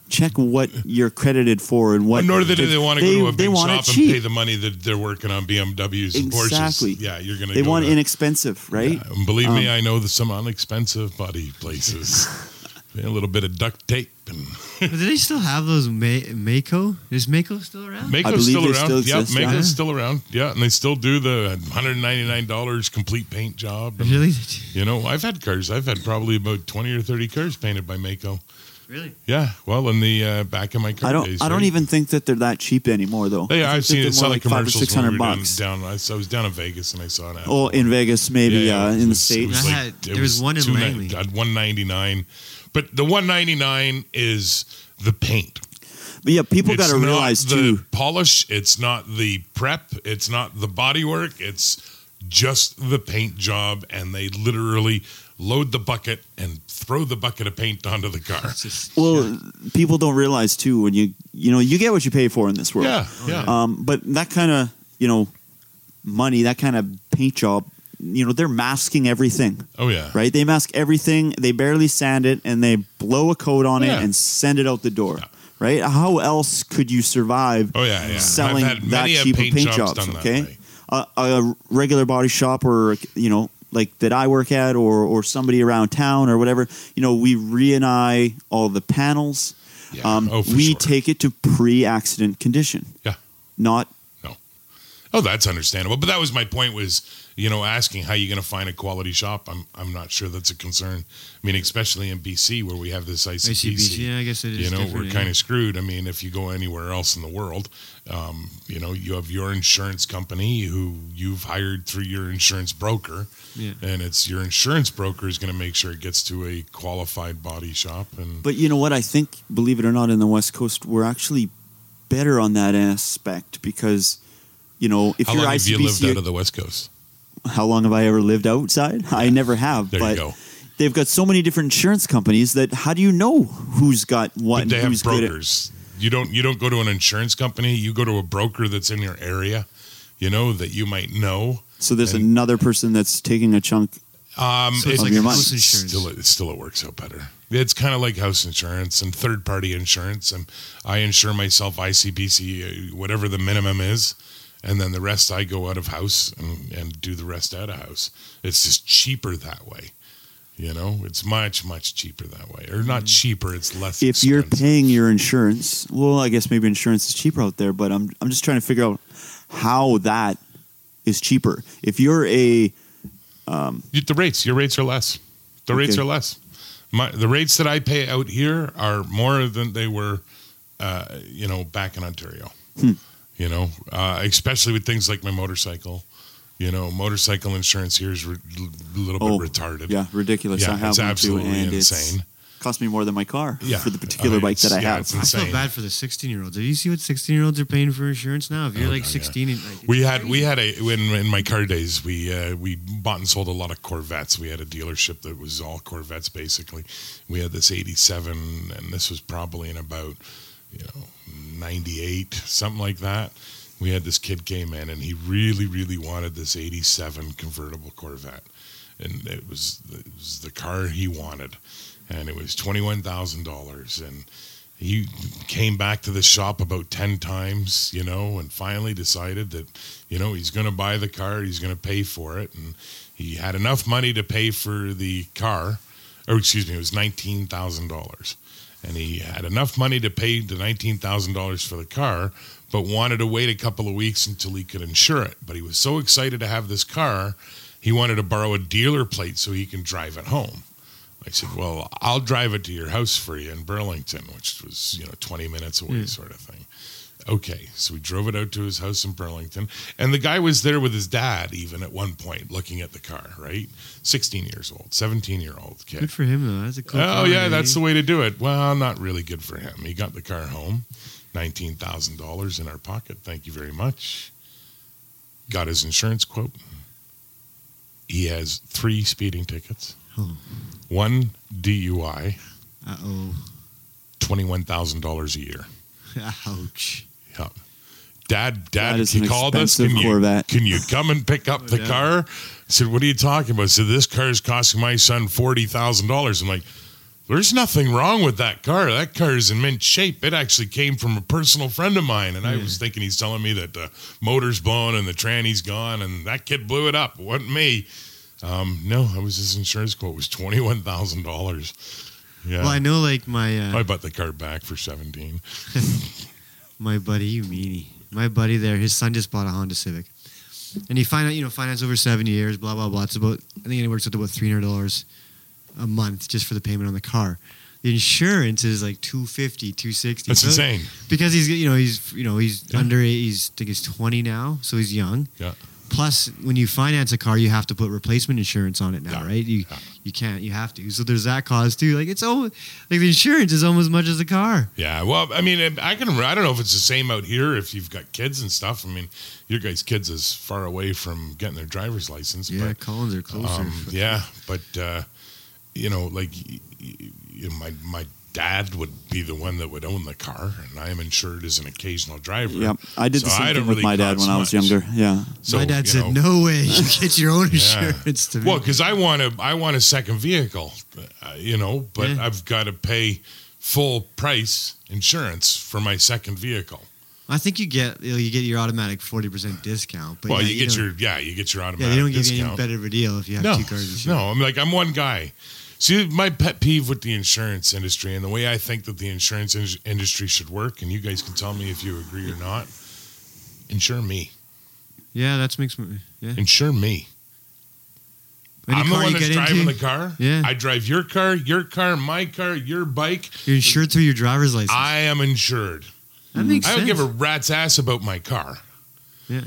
check what you're credited for and what
To. Nor do they, they want to go to a
they
big
want it
shop and
cheap.
pay the money that they're working on BMWs and
Exactly.
Porsches. Yeah, you're going to.
they
go
want um,
to,
inexpensive right
Yeah, and believe me, I know the, some unexpensive body places. a little bit of duct tape and
But do they still have those Ma- Mako? Is Mako still around?
Mako's
believe
still
they
around.
still
yeah,
exist,
Mako's
yeah.
still around. Yeah, and they still do the 199 dollars complete paint job. And,
Really?
You know, I've had cars. I've had probably about 20 or 30 cars painted by Mako.
Really?
Yeah, well, in the uh, back of my car.
I don't.
days,
I don't
right?
even think that they're that cheap anymore, though.
They,
I
I've seen it.
it's
Saw the
five or
commercials.
six
Six hundred
hundred
we
bucks.
Down, down, I, was- I was down in Vegas and I saw that.
oh, in Vegas, maybe. Yeah, in the
was
states.
I had- there was one in Langley.
uh, One ninety nine, but the one ninety nine is the paint.
But yeah, people
It's
got to
not
realize
the
too.
Polish. It's not the prep. It's not the body work. It's just the paint job, and they literally load the bucket and throw the bucket of paint onto the car.
Well, people don't realize too when you you know you get what you pay for in this world.
yeah, yeah.
Um, but that kind of you know money, that kind of paint job, you know, they're masking everything,
oh yeah.
right? They mask everything. They barely sand it, and they blow a coat on
Yeah.
it and send it out the door. Right? How else could you survive
Oh yeah, yeah.
selling
I've had
that
many a
cheap of paint,
job's
jobs.
done that
okay,
way.
a, a regular body shop or you know like that I work at or or somebody around town or whatever. You know, we re and I all the panels.
Yeah.
Um,
oh, for
we
sure.
take it to pre-accident condition.
Yeah.
Not
Oh, that's understandable. But that was my point was, you know, asking how you going to find a quality shop. I'm I'm not sure that's a concern. I mean, especially in BC where we have this ICBC.
ICBC. Yeah, I guess it is.
You know,
different,
we're
yeah.
kind of screwed. I mean, if you go anywhere else in the world, um, you know, you have your insurance company who you've hired through your insurance broker,
Yeah.
and it's your insurance broker is going to make sure it gets to a qualified body shop. And
But you know what? I think, believe it or not, in the West Coast, we're actually better on that aspect because, you know, if
how
you're
long have
ICBC,
you lived out of the West Coast?
how long have I ever lived outside? I never have.
There
but
you go.
they've got so many different insurance companies that how do you know who's got what?
But
and
they have
who's good at-
brokers. you don't you don't go to an insurance company. You go to a broker that's in your area, you know that you might know.
So there's
And-
another person that's taking a chunk.
Um,
So it's
like your
house
s-
insurance.
Still, it still it works out better. It's kind of like house insurance and third party insurance, and I insure myself ICBC uh, whatever the minimum is, and then the rest I go out of house and, and do the rest out of house. It's just cheaper that way. You know, it's much much cheaper that way, or not cheaper. It's less.
If you're
expensive.
paying your insurance, well, I guess maybe insurance is cheaper out there, but I'm I'm just trying to figure out how that is cheaper. If you're a
You- the rates your rates are less the rates
Okay.
are less My, the rates that i pay out here are more than they were uh, you know back in ontario
Hmm.
you know uh, especially with things like my motorcycle you know motorcycle insurance here is re- a little bit
Oh,
retarded
yeah, ridiculous. I
yeah
have
it's
one too,
absolutely
and it's-
insane
cost me more than my car
yeah
for the particular
I mean,
bike that
it's-
I
yeah,
have.
it's
I feel
insane.
bad for the 16 year olds. Do you see what 16 year olds are paying for insurance now? If you're
Oh,
like
God, yeah.
16 and like,
We had we had a when in my car days we uh, we bought and sold a lot of Corvettes. We had a dealership that was all Corvettes basically. We had this '87, and this was probably in about you know '98 something like that. We had this kid came in and he really really wanted this '87 convertible Corvette, and it was it was the car he wanted, and it was twenty one thousand dollars and he came back to the shop about 10 times, you know, and finally decided that, you know, he's going to buy the car, he's going to pay for it. And he had enough money to pay for the car, or excuse me, it was $19,000. And he had enough money to pay the $19,000 for the car, but wanted to wait a couple of weeks until he could insure it. But he was so excited to have this car, he wanted to borrow a dealer plate so he can drive it home. I said, "Well, I'll drive it to your house for you in Burlington, which was you know twenty minutes away, sort of thing." Okay, so we drove it out to his house in Burlington, and the guy was there with his dad even at one point, looking at the car. Right, sixteen years old, seventeen year old kid.
good for him though. That's a cool.
Oh
car,
yeah,
eh?
that's the way to do it. Well, not really good for him. He got the car home, nineteen thousand dollars in our pocket. Thank you very much. Got his insurance quote. He has three speeding tickets,
Oh.
one DUI,
Uh oh.
twenty-one thousand dollars a year.
Ouch.
Dad,
That
dad,
is
he
an
called us. Can
expensive
you,
Corvette."
can you come and pick up the
Yeah.
car? I said, what are you talking about? I said, this car is costing my son forty thousand dollars. I'm like, there's nothing wrong with that car. That car is in mint shape. It actually came from a personal friend of mine, and I was thinking he's telling me that the motor's blown and the tranny's gone, and that kid blew it up. It wasn't me. Um, no, I was his insurance quote was twenty one thousand dollars. Yeah,
Well, I know like my uh,
I bought the car back for seventeen.
My buddy, you meanie. My buddy there, his son just bought a Honda Civic. And he finance, you know, finance over seven years, blah, blah, blah. It's about, I think it works out to about $300 a month just for the payment on the car. The insurance is like 250 260
That's
So-
insane.
Because he's, you know, he's, you know, he's
Yeah.
under, he's, I think he's 20 now, so he's young.
Yeah.
Plus, when you finance a car, you have to put replacement insurance on it now,
Yeah.
right? You,
Yeah.
you can't, you have to. So there's that cost too. Like it's almost, like the insurance is almost as much as the car.
Yeah, well, I mean, I can. I don't know if it's the same out here if you've got kids and stuff. I mean, your guys' kids is far away from getting their driver's license.
Yeah, Collins are
but,
closer.
um, yeah, but uh, you know, like y- y- you know, my my dad would be the one that would own the car, and I am insured as an occasional driver.
Yep, I did the
So
same
I
thing
don't
with
really
my dad
cost
when I was
much.
younger. Yeah,
So,
my dad
you
said,
know,
"No way, you get your own
Yeah.
insurance." To me.
Well, because I want to, I want a second vehicle, uh, you know, but
Yeah.
I've got to pay full price insurance for my second vehicle.
I think you get you, know, you get your automatic forty percent discount. But
well,
yeah,
you, get
don't-
your yeah, you get your automatic.
yeah, they don't give you any
discount.
better of a deal if you have
no,
two cars. insured.
no. I'm like I'm one guy. See, my pet peeve with the insurance industry and the way I think that the insurance in- industry should work, and you guys can tell me if you agree or not. Insure me.
yeah, that's makes me. Yeah,
Insure me.
Any
I'm the
car
one
you
that's
get
driving
into,
the car.
Yeah.
I drive your car, your car, my car, your bike.
you're insured through your driver's license.
I am insured.
that makes
I don't give
sense.
a rat's ass about my car.
Yeah.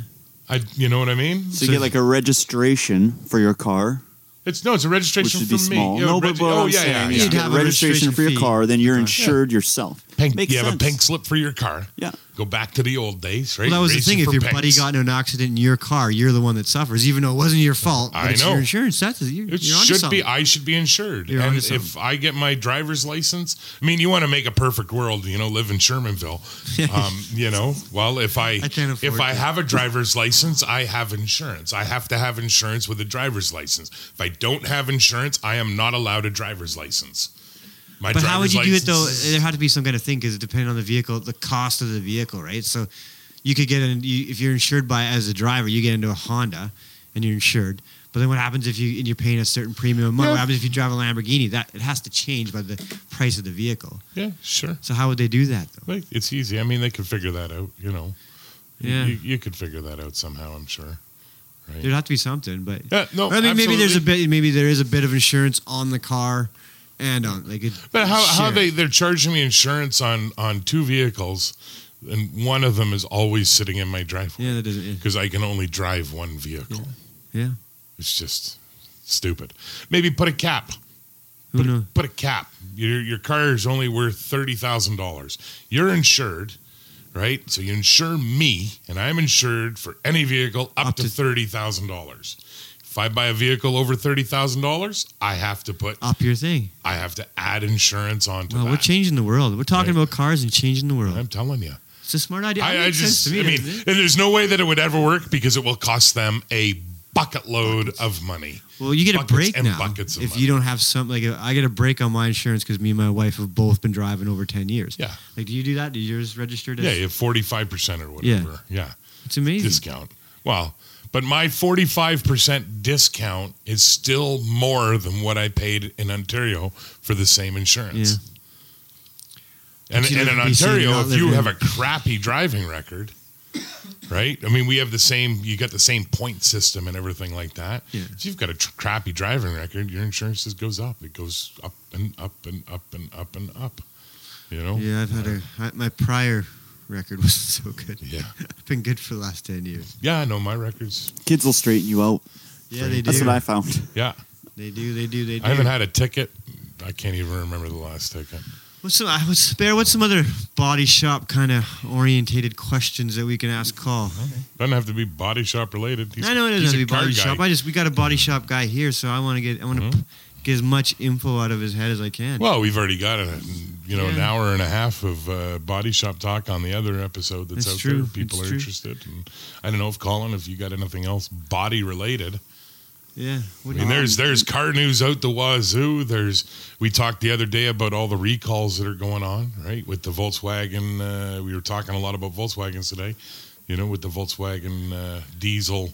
I, you know what I mean?
so you get like a registration for your car,
It's no, it's a registration
which should
for me.
be small.
You know,
no,
regi-
but what
oh
I'm
yeah, yeah,
saying is
yeah.
you
You'd
get
have
a
a
registration
registration
for your
fee.
car, then you're insured yourself.
Pink,
Makes
you have
sense.
a pink slip for your car.
Yeah.
Go back to the old days, right?
Well, that was the
Racing
thing. If
for
your
pinks.
buddy got in an accident in your car, you're the one that suffers, even though it wasn't your fault. But
I
it's
know.
your insurance. That's you're,
It
you're onto
should
something.
be. I should be insured.
You're
and
onto
if I get my driver's license, I mean, you want to make a perfect world. You know, live in Shermanville. Um, you know, well, if I,
I can't
if
afford
I
that.
have a driver's license, I have insurance. I have to have insurance with a driver's license. If I don't have insurance, I am not allowed a driver's license. My
But how would
driver's
you do it though?
license-
There had to be some kind of thing because depending on the vehicle, the cost of the vehicle, right? So you could get in you, if you're insured by as a driver, you get into a Honda and you're insured. But then what happens if you and you're paying a certain premium a month? What happens if you drive a Lamborghini? That it has to change by the price of the vehicle.
Yeah, sure.
So how would they do that though?
Like, it's easy. I mean, they could figure that out. You know,
Yeah.
you, you could figure that out somehow. I'm sure.
There'd have to be something, but
Yeah, no,
I mean maybe there's
absolutely.
a bit maybe there is a bit of insurance on the car and on like it,
But how, how
shared.
they they're charging me insurance on on two vehicles, and one of them is always sitting in my
Yeah,
driveway
that doesn't
because I can only drive one vehicle.
Yeah.
it's just stupid. Maybe put a cap.
who knows?
Put a cap. Your your car is only worth thirty thousand dollars. You're insured, right? So you insure me, and I'm insured for any vehicle up,
Up
to,
to-
thirty thousand dollars. If I buy a vehicle over thirty thousand dollars, I have to put
Up your thing.
I have to add insurance onto
Uh. Well,
that.
we're changing the world. We're talking
Right.
about cars and changing the world.
I'm telling you.
It's a smart idea.
I,
It
I
makes sense
just,
to me,
I mean,
doesn't it?
and there's no way that it would ever work because it will cost them a bucket load of money.
well, you get a
buckets
break
and
now
buckets of
if
money.
you don't have some. Like, I get a break on my insurance because me and my wife have both been driving over ten years.
Yeah.
Like, do you do that? Do yours registered? As,
Yeah, you have 45% or whatever. Yeah.
It's amazing.
Discount. Well, but my 45% discount is still more than what I paid in Ontario for the same insurance. And,
But you
and
live
in
in BC,
Ontario,
you're not
if you
living-
have a crappy driving record, right? I mean, we have the same, you got the same point system and everything like that.
Yeah.
If you've got a tr- crappy driving record, your insurance just goes up. It goes up and up and up and up and up. You know?
Yeah, I've had a I, my prior record was so good.
Yeah.
I've been good for the last ten years.
Yeah, I know my records.
Kids will straighten you out.
Yeah, they do.
That's what I found.
Yeah.
they do. They do. They do.
I haven't had a ticket. I can't even remember the last ticket.
What's some, I- what's, Bear, what's some other body shop kind of orientated questions that we can ask Call?
Doesn't have to be body shop related. He's-
I know it doesn't
he's
have to
a
be body
car guy.
shop. I just we got a body shop guy here, so I want to get I want to
Mhm.
get as much info out of his head as I can.
Well, we've already got a, you know an
Yeah.
hour and a half of uh, body shop talk on the other episode that's
That's
out
true.
there. People
It's
are
true.
interested. And I don't know if Colin, if you got anything else body related.
yeah. What
I mean, there's
um,
there's car news out the wazoo. There's we talked the other day about all the recalls that are going on, right? With the Volkswagen, uh, we were talking a lot about Volkswagens today. You know, with the Volkswagen uh, diesel,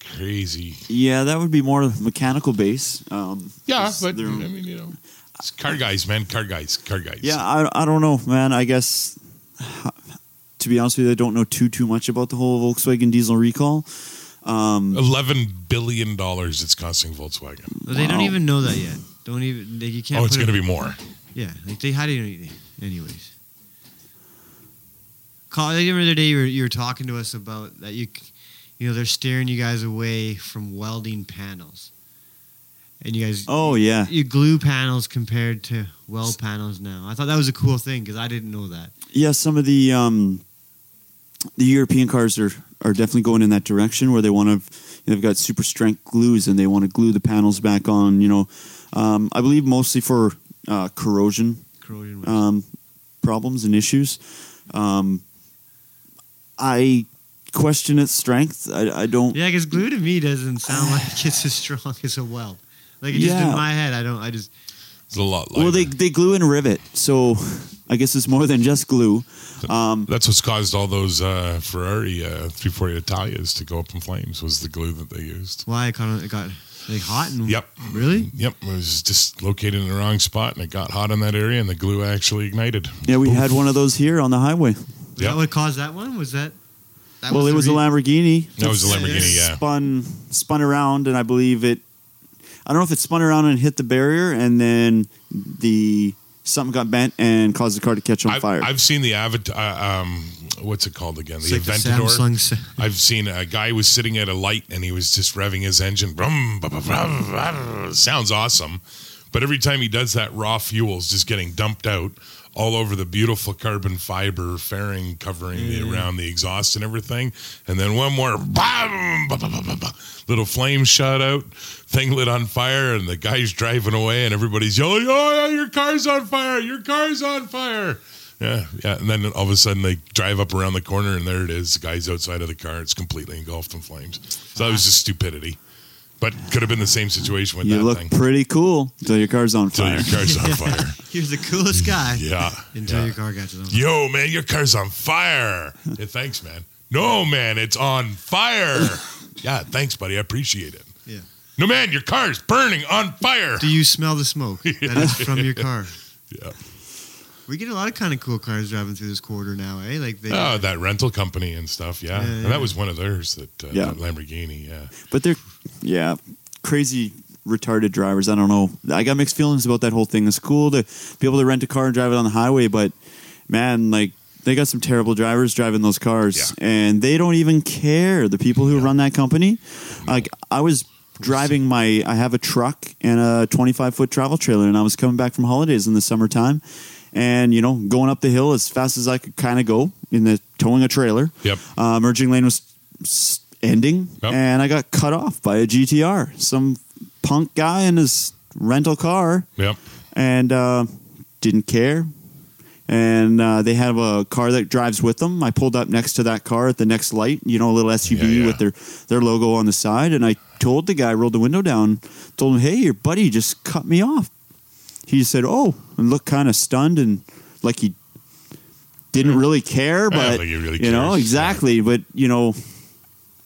crazy.
Yeah, that would be more mechanical base. Um,
Yeah,
'cause
but I
they're-
mean, you know, it's car guys, man, car guys, car guys.
yeah, I, I don't know, man. I guess to be honest with you, I don't know too too much about the whole Volkswagen diesel recall. Um,
eleven billion dollars it's costing Volkswagen.
Well, they don't
Wow.
even know that yet. Don't even they, you can't.
Oh, it's
put
going to
it-
be more.
Yeah, like they had it anyways. Call. I remember the other day you were, you were talking to us about that you, c- you know, they're steering you guys away from welding panels, and you guys
oh yeah,
you glue panels compared to weld panels now. I thought that was a cool thing because I didn't know that.
yeah. Some of the um, the European cars are are definitely going in that direction where they want to. They've got super strength glues and they want to glue the panels back on. You know, um, I believe mostly for uh, corrosion
Corrosion. was-
um, problems and issues. Um, I question its strength. I, I don't.
Yeah, because glue to me doesn't sound like it's as strong as a weld. Like it just
Yeah.
in my head, I don't. I just
It's a lot. Lighter.
well, they they glue and rivet, so I guess it's more than just glue. Um,
that's what's caused all those uh, Ferrari uh, 340 Italias to go up in flames was the glue that they used.
why I kind of got like hot and
Yep.
Really?
Yep, it was just located in the wrong spot, and it got hot in that area, and the glue actually ignited.
yeah, we had one of those here on the highway.
Was
Yep.
that what caused that one? Was that? that
well, it was
the
a
reason-
Lamborghini.
That was a
Yeah,
Lamborghini. Yeah,
Spun spun around, and I believe it. I don't know if it spun around and hit the barrier, and then the something got bent and caused the car to catch on
I've,
fire.
I've seen the avatar. Uh, um, what's it called again?
It's
The
like the
Aventador.
Samsung. se-
I've seen a guy was sitting at a light and he was just revving his engine. Brum, ba, ba, brum, brum. Sounds awesome, but every time he does that, raw fuel's just getting dumped out. all over the beautiful carbon fiber fairing covering
Mm.
the, around the exhaust and everything. And then one more bam, ba, ba, ba, ba, ba, little flame shot out, thing lit on fire, and the guy's driving away, and everybody's yelling, "Oh yeah, your car's on fire! Your car's on fire!" Yeah, yeah. And then all of a sudden they drive up around the corner, and there it is. The guy's outside of the car. It's completely engulfed in flames. So that was just stupidity. But could have been the same situation with
You
that
look
thing.
pretty cool until your car's on
Until
fire.
your car's on fire.
You're the coolest guy
Mm, Yeah.
until
yeah.
your car got to them.
Yo, man, your car's on fire. Yeah, thanks, man. No, man, it's on fire. yeah, thanks, buddy. I appreciate it.
Yeah.
No, man, your car's burning on fire.
Do you smell the smoke that is from your car?
Yeah.
We get a lot of kind of cool cars driving through this corridor now, eh? Like they,
Oh, that rental company and stuff. Yeah.
Yeah,
And
yeah.
that was one of theirs, that, uh,
Yeah.
that Lamborghini. Yeah.
But they're, yeah, crazy retarded drivers. I don't know. I got mixed feelings about that whole thing. It's cool to be able to rent a car and drive it on the highway, but man, like they got some terrible drivers driving those cars, and they don't even care. The people who run that company, like I was driving my, I have a truck and a 25 foot travel trailer, and I was coming back from holidays in the summertime. And you know, going up the hill as fast as I could kind of go in the towing a trailer.
Yep.
Uh, merging lane was s- ending,
Yep.
and I got cut off by a GTR. Some punk guy in his rental car,
Yep.
and uh, didn't care. And uh, they have a car that drives with them. I pulled up next to that car at the next light, you know, a little SUV
Yeah, yeah.
with their their logo on the side. And I told the guy, rolled the window down, told him, "Hey, your buddy just cut me off." He said, "Oh," and looked kind of stunned and like he didn't really care,
don't
but
think he really
you know
cares.
exactly. But you know,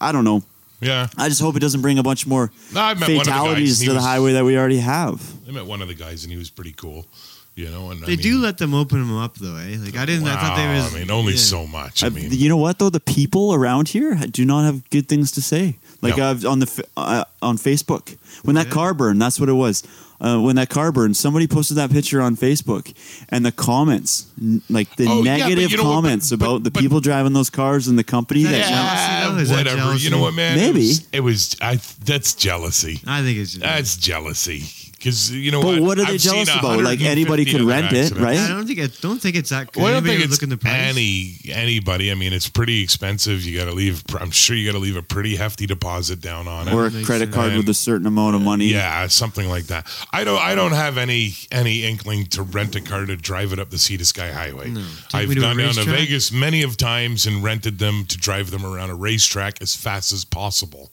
I don't know.
Yeah.
I just hope it doesn't bring a bunch more
No, I met one of the guys.
fatalities
He
to the
was-
highway that we already have.
I met one of the guys and he was pretty cool. You know, and I
they
mean,
do let them open them up though, eh? Like I didn't.
Wow,
I thought they was.
I mean, only
yeah.
so much. I
Uh,
mean,
you know what though? The people around here do not have good things to say. Like
No.
I've on the f- uh, on Facebook when that
Yeah.
car burned, that's what it was. Uh, when that car burned, somebody posted that picture on Facebook, and the comments, n- like the
Oh, yeah, but
negative
you know what, but-
comments
but-
about the
but-
people driving those cars and the company.
Yeah.
That,
jealousy, though? Is that
whatever. You
jealousy?
know what, man?
Maybe.
it was. It was I, that's jealousy.
I think it's. Just,
That's jealousy. Because you know,
But what are they
I've seen
jealous about? Like, anybody
150
could
other
rent it,
accidents.
right?
I don't think. I don't think it's that. Good.
Well, I don't think it's
looking the price.
any anybody. I mean, it's pretty expensive. You got to leave. I'm sure you got to leave a pretty hefty deposit down on it.
or a
Makes
credit
sense.
card with a certain amount of money.
Yeah, something like that. I don't. I don't have any any inkling to rent a car to drive it up the Sea to Sky Highway.
Take me
I've
to a
gone down to
racetrack?
Vegas many of times and rented them to drive them around a racetrack as fast as possible.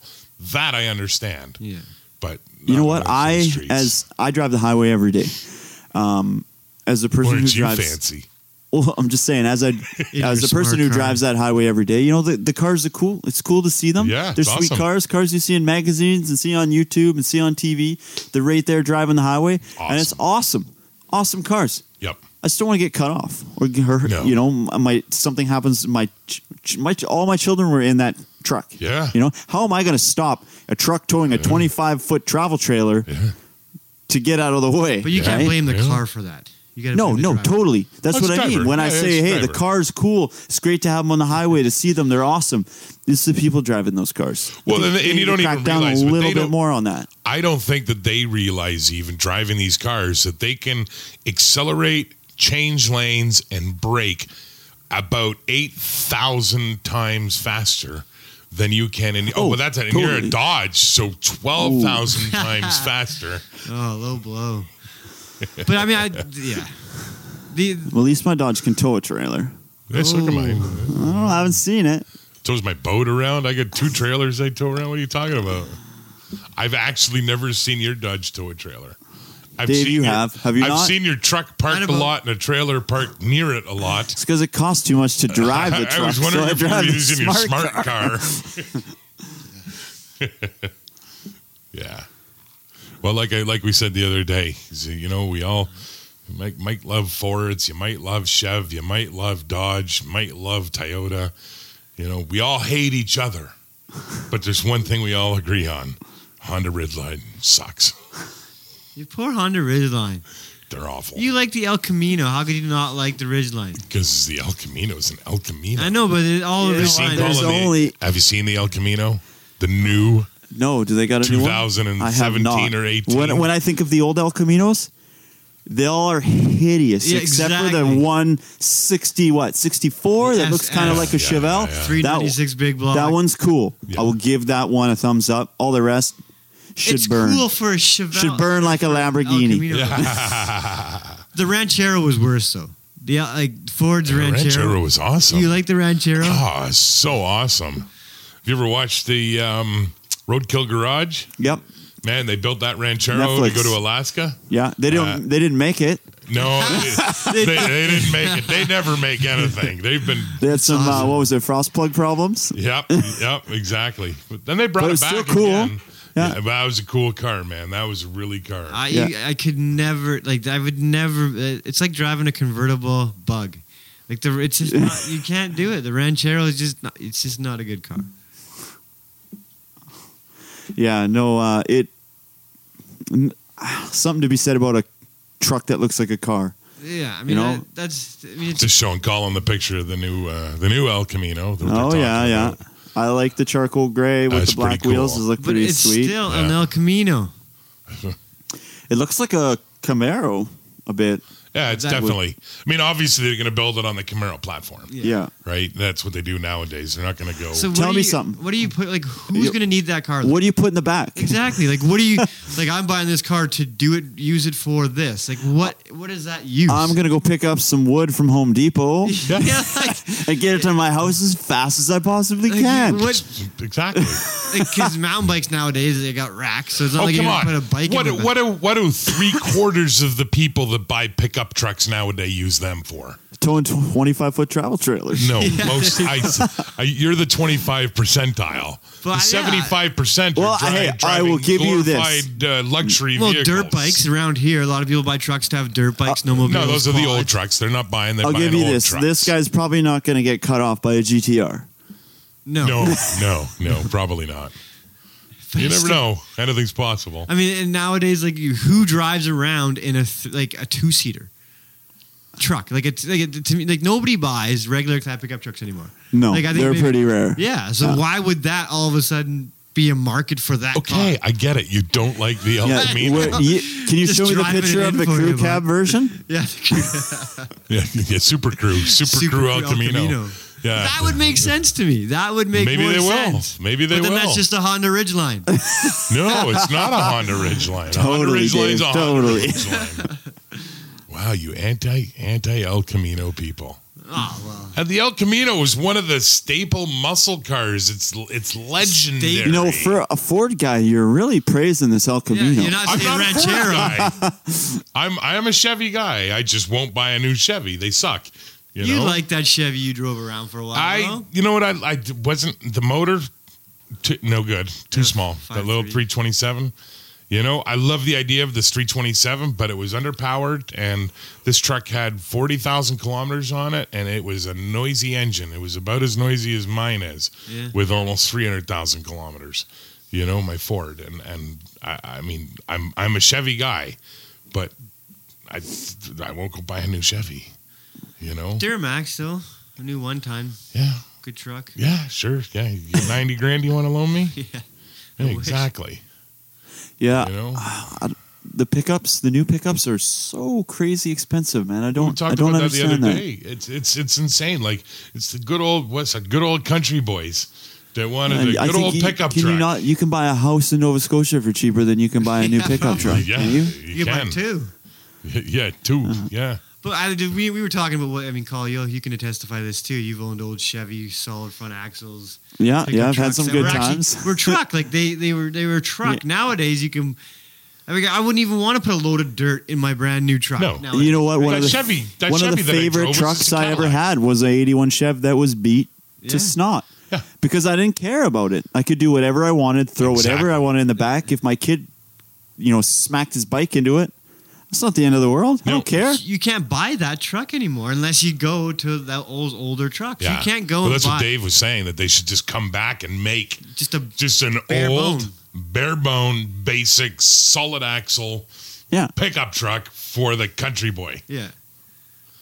That I understand,
Yeah.
but
You know
not
what?
those
I
streets.
as I drive the highway every day. Um, as a person
Or
who
it's you
drives,
fancy.
Well, I'm just saying, as I
In
as
your
the person
smart
who
car.
drives that highway every day, you know the, the cars are cool. It's cool to see them.
Yeah,
they're
it's
sweet
awesome.
cars, cars you see in magazines and see on YouTube and see on TV. They're right there driving the highway, and it's awesome, awesome cars.
Yep.
I just don't want to get cut off or get hurt.
No.
You know, my something happens. My, ch- ch- my all my children were in that truck.
Yeah.
You know, how am I going to stop a truck towing a 25 foot travel trailer to get out of the way?
But you can't
right?
blame the
Yeah.
car for that. You got to.
No, no, totally. That's
Oh, it's
what I
driver.
mean. When I
Yeah,
say,
it's
hey, the
driver.
car's cool. It's great to have them on the highway to see them. They're awesome. It's the people driving those cars. I
Well, then-
think they
and you
need to
don't
crack
even
down
realize,
a
but
little
they
bit
don't-
more on that.
I don't think that they realize, even driving these cars, that they can accelerate, change lanes, and brake about 8,000 times faster than you can. In, oh,
Oh,
well, that's it. And you're a
totally.
Dodge, so 12,000 times faster.
Oh, low blow. but I mean, I yeah. The
Well, at least my Dodge can tow a trailer.
Yeah, so can mine.
I don't know. I haven't seen it.
Tows my boat around. I got two trailers I tow around. What are you talking about? I've actually never seen your Dodge tow a trailer. I've
Dave, you
your-
have. Have you
I've
not?
seen your truck parked
Kind
a
of a-
lot and a trailer parked near it a lot.
It's because it costs too much to drive the truck.
I was wondering
so I
if you were
drive the
using your
smart
smart car. yeah. Well, like I like we said the other day, is, you know, we all might might love Fords, you might love Chev, you might love Dodge, you might love Toyota. You know, we all hate each other, but there's one thing we all agree on: Honda Ridline sucks.
you poor Honda Ridgeline.
They're awful
You like the El Camino. How could you not like the Ridgeline?
because the El Camino is an El Camino.
I know, but it, all
Yeah,
of
Have you
Ridgeline,
seen
Ridgeline.
there's
all of the-
only-
have you seen the El Camino? The new
No, do they got a new one? I have
2017
not.
or 18.
When, when I think of the old El Caminos, They all are hideous,
Yeah,
except for the
exactly.
one sixty what sixty four
The
that looks kind of
SF.
like a
Yeah,
Chevelle.
yeah.
Three ninety
That,
six big block.
that one's cool.
Yeah.
I will give that one a thumbs up. All the rest should
it's
burn.
cool for a Chevelle.
Should burn like a Lamborghini.
El Camino. The Ranchero was worse though. The uh, like Ford's
The
Ranchero.
Ranchero was awesome.
You like the Ranchero?
Oh, it's so awesome. Have you ever watched the um, Roadkill Garage?
Yep.
Man, they built that ranchero
Netflix.
to go to Alaska.
Yeah. They don't.
Uh,
they didn't make it.
No, they, they, they didn't make it. They never make anything. They've been,
They had some. Uh,
awesome.
what was it? Frost plug problems.
yep, yep, exactly. But then they brought
But
it
it's
back
still cool.
again.
Yeah.
Yeah. but that was a cool car, man. That was a really car.
I
Yeah.
I could never like I would never. uh, It's like driving a convertible bug. Like the it's just not, you can't do it. The Ranchero is just not, it's just not a good car.
Yeah. No. Uh, it. n- Something to be said about a truck that looks like a car.
Yeah, I mean
You know?
that, that's I mean it's
Just showing Colin the picture of the new uh, the new El Camino. that we're
Oh
talking
yeah, yeah.
about.
I like the charcoal gray with
That's
the black
pretty cool.
wheels. It looks
but
pretty
it's
sweet.
still an
Yeah.
El Camino.
it looks like a Camaro a bit.
Yeah, it's
That would-
definitely. I mean, obviously they're going to build it on the Camaro platform,
Yeah.
right? That's what they do nowadays. They're not going to go.
So what
Tell
do
me
you-
something.
What do you put? Like who's
You-
gonna need that car?
What do you put in the back?
Exactly. Like, what do you like? I'm buying this car to do it, use it for this. Like, what? What is that use?
I'm gonna go pick up some wood from Home Depot
yeah, like,
and get it to my house as fast as I possibly
Like,
can.
what-
exactly.
because mountain bikes nowadays they got racks, so it's not
Oh
like you
come
can
on!
put a bike.
what
in
do,
the back.
what do what do three quarters of the people that buy pickup trucks nowadays use them for?
Towing 25 foot travel trailers.
No, most I, I- you're the twenty five percentile.
But, yeah.
the seventy five percent.
Well, hey, I will give you this.
Uh, luxury
Well,
vehicles. Uh,
dirt bikes around here. A lot of people buy trucks to have dirt bikes, no snowmobiles.
No, those are the old
quads.
trucks. They're not buying. They're
I'll
buying
give you
old
this.
Trucks.
This guy's probably not gonna get cut off by a GTR.
No,
No, no, no, probably not.
But
You
it's
never
still-
know. Anything's possible.
I mean, and nowadays, like, you, who drives around in a th- like a two seater truck? Like, it's like it, to me, like nobody buys regular type pickup trucks anymore.
No,
Like, I think
they're
maybe-
pretty rare.
Yeah. So
Yeah.
why would that all of a sudden be a market for that?
Okay,
car?
I get it. You don't like the El
Yeah,
Camino.
where- ye- can you
Just
show me the
drive it
picture
in
of the
for
crew
you,
cab version?
Yeah.
Yeah, yeah, Super Crew, Super, Crew El Camino. Yeah,
That would make sense to me. That would make
Maybe
more
they will.
sense.
Maybe they
but then
will.
that's just a Honda Ridgeline.
No, it's not a Honda Ridgeline. A Honda
Totally,
Ridgeline's
Dave,
a Honda
totally.
Ridgeline. Wow, you anti anti El Camino people.
oh well.
And the El Camino was one of the staple muscle cars. It's it's legendary.
You know, for a Ford guy, you're really praising this El
Yeah,
Camino.
you're not
I'm
saying
not a Ford
Ranchero.
guy. I'm I am a Chevy guy. I just won't buy a new Chevy. They suck. You,
You
know?
like that Chevy you drove around for a while?
I
no?
you know what I I d- wasn't the motor too, no good too
Yeah,
small that
fine,
little
three.
327 you know I love the idea of this 327 but it was underpowered and this truck had 40,000 kilometers on it and it was a noisy engine it was about as noisy as mine is
Yeah.
with almost 300,000 kilometers you know my Ford and and I, I mean I'm I'm a Chevy guy but I I won't go buy a new Chevy you know
Duramax though. I knew one time.
yeah
Good truck.
yeah, sure. Yeah, you get ninety grand. You want to loan me?
Yeah.
Yeah,
I wish.
exactly.
yeah,
You know,
the pickups, the new pickups are so crazy expensive, man. I
we
don't, I
talked
don't
about that the other
understand that.
day. It's it's it's insane. Like it's the good old what's that? Good old country boys that wanted
And
a good old
you,
pickup
can
truck.
you not? You can buy a house in Nova Scotia for cheaper than you can buy a new
Yeah,
pickup truck.
yeah,
can't you? Uh-huh.
you,
buy
can.
two.
Yeah, two. Yeah,
But I, did we, we were talking about what I mean, Call you you can testify to this too. You've owned old Chevy solid front axles.
Yeah,
pickup
yeah. I've had
trucks
some
that
good
were actually-
times.
Were truck like they they were they were truck. Nowadays you can. I mean, I wouldn't even want to put a load of dirt in my brand new truck.
No.
Nowadays.
You know what? One
That
of the
Chevy- that
one of
Chevy
the
that I
favorite
drove was
trucks
a
I ever
Cadillac.
had was a '81 Chev that was beat
Yeah.
to snot.
Yeah.
Because I didn't care about it. I could do whatever I wanted, throw whatever
Exactly.
I wanted in the back. If my kid, you know, smacked his bike into it, that's not the end of the world. I
No.
don't care.
you can't buy that truck anymore unless you go to that old older truck.
yeah.
You can't go
Well,
and
that's
buy
what Dave was saying. That they should just come back and make
just a
just an
Bare
old
bone.
bare bone, basic, solid axle
Yeah.
pickup truck for the country boy.
yeah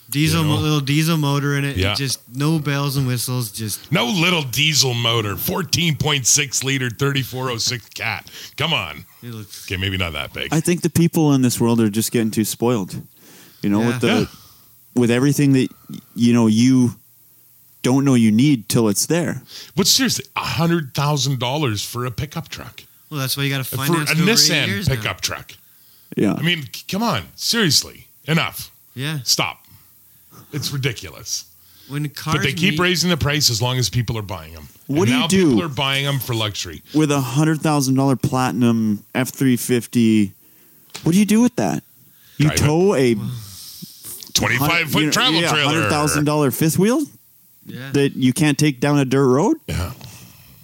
diesel
You know?
mo- little diesel motor in it.
Yeah.
Just no bells and whistles. Just
No little diesel motor, 14.6 liter, 3406 cat. Come on.
it'll,
Okay, maybe not that big.
I think the people in this world are just getting too spoiled. You know, with the
Yeah.
with everything that you know you don't know you need till it's there.
But seriously, hundred thousand dollars for a pickup truck
Well, that's why you got to
for
finance
a
it over eight
Nissan
years now.
pickup truck.
Yeah.
I mean, c- come on, seriously, enough.
Yeah,
Stop. It's ridiculous.
when cars
but they keep
meet-
raising the price as long as people are buying them.
What do you
now
do?
People are buying them for luxury.
with a hundred thousand dollar platinum F three fifty, what do you do with that? You
Drive it.
tow a
Twenty-five foot travel trailer.
hundred thousand dollar fifth wheel
Yeah.
that you can't take down a dirt road.
Yeah,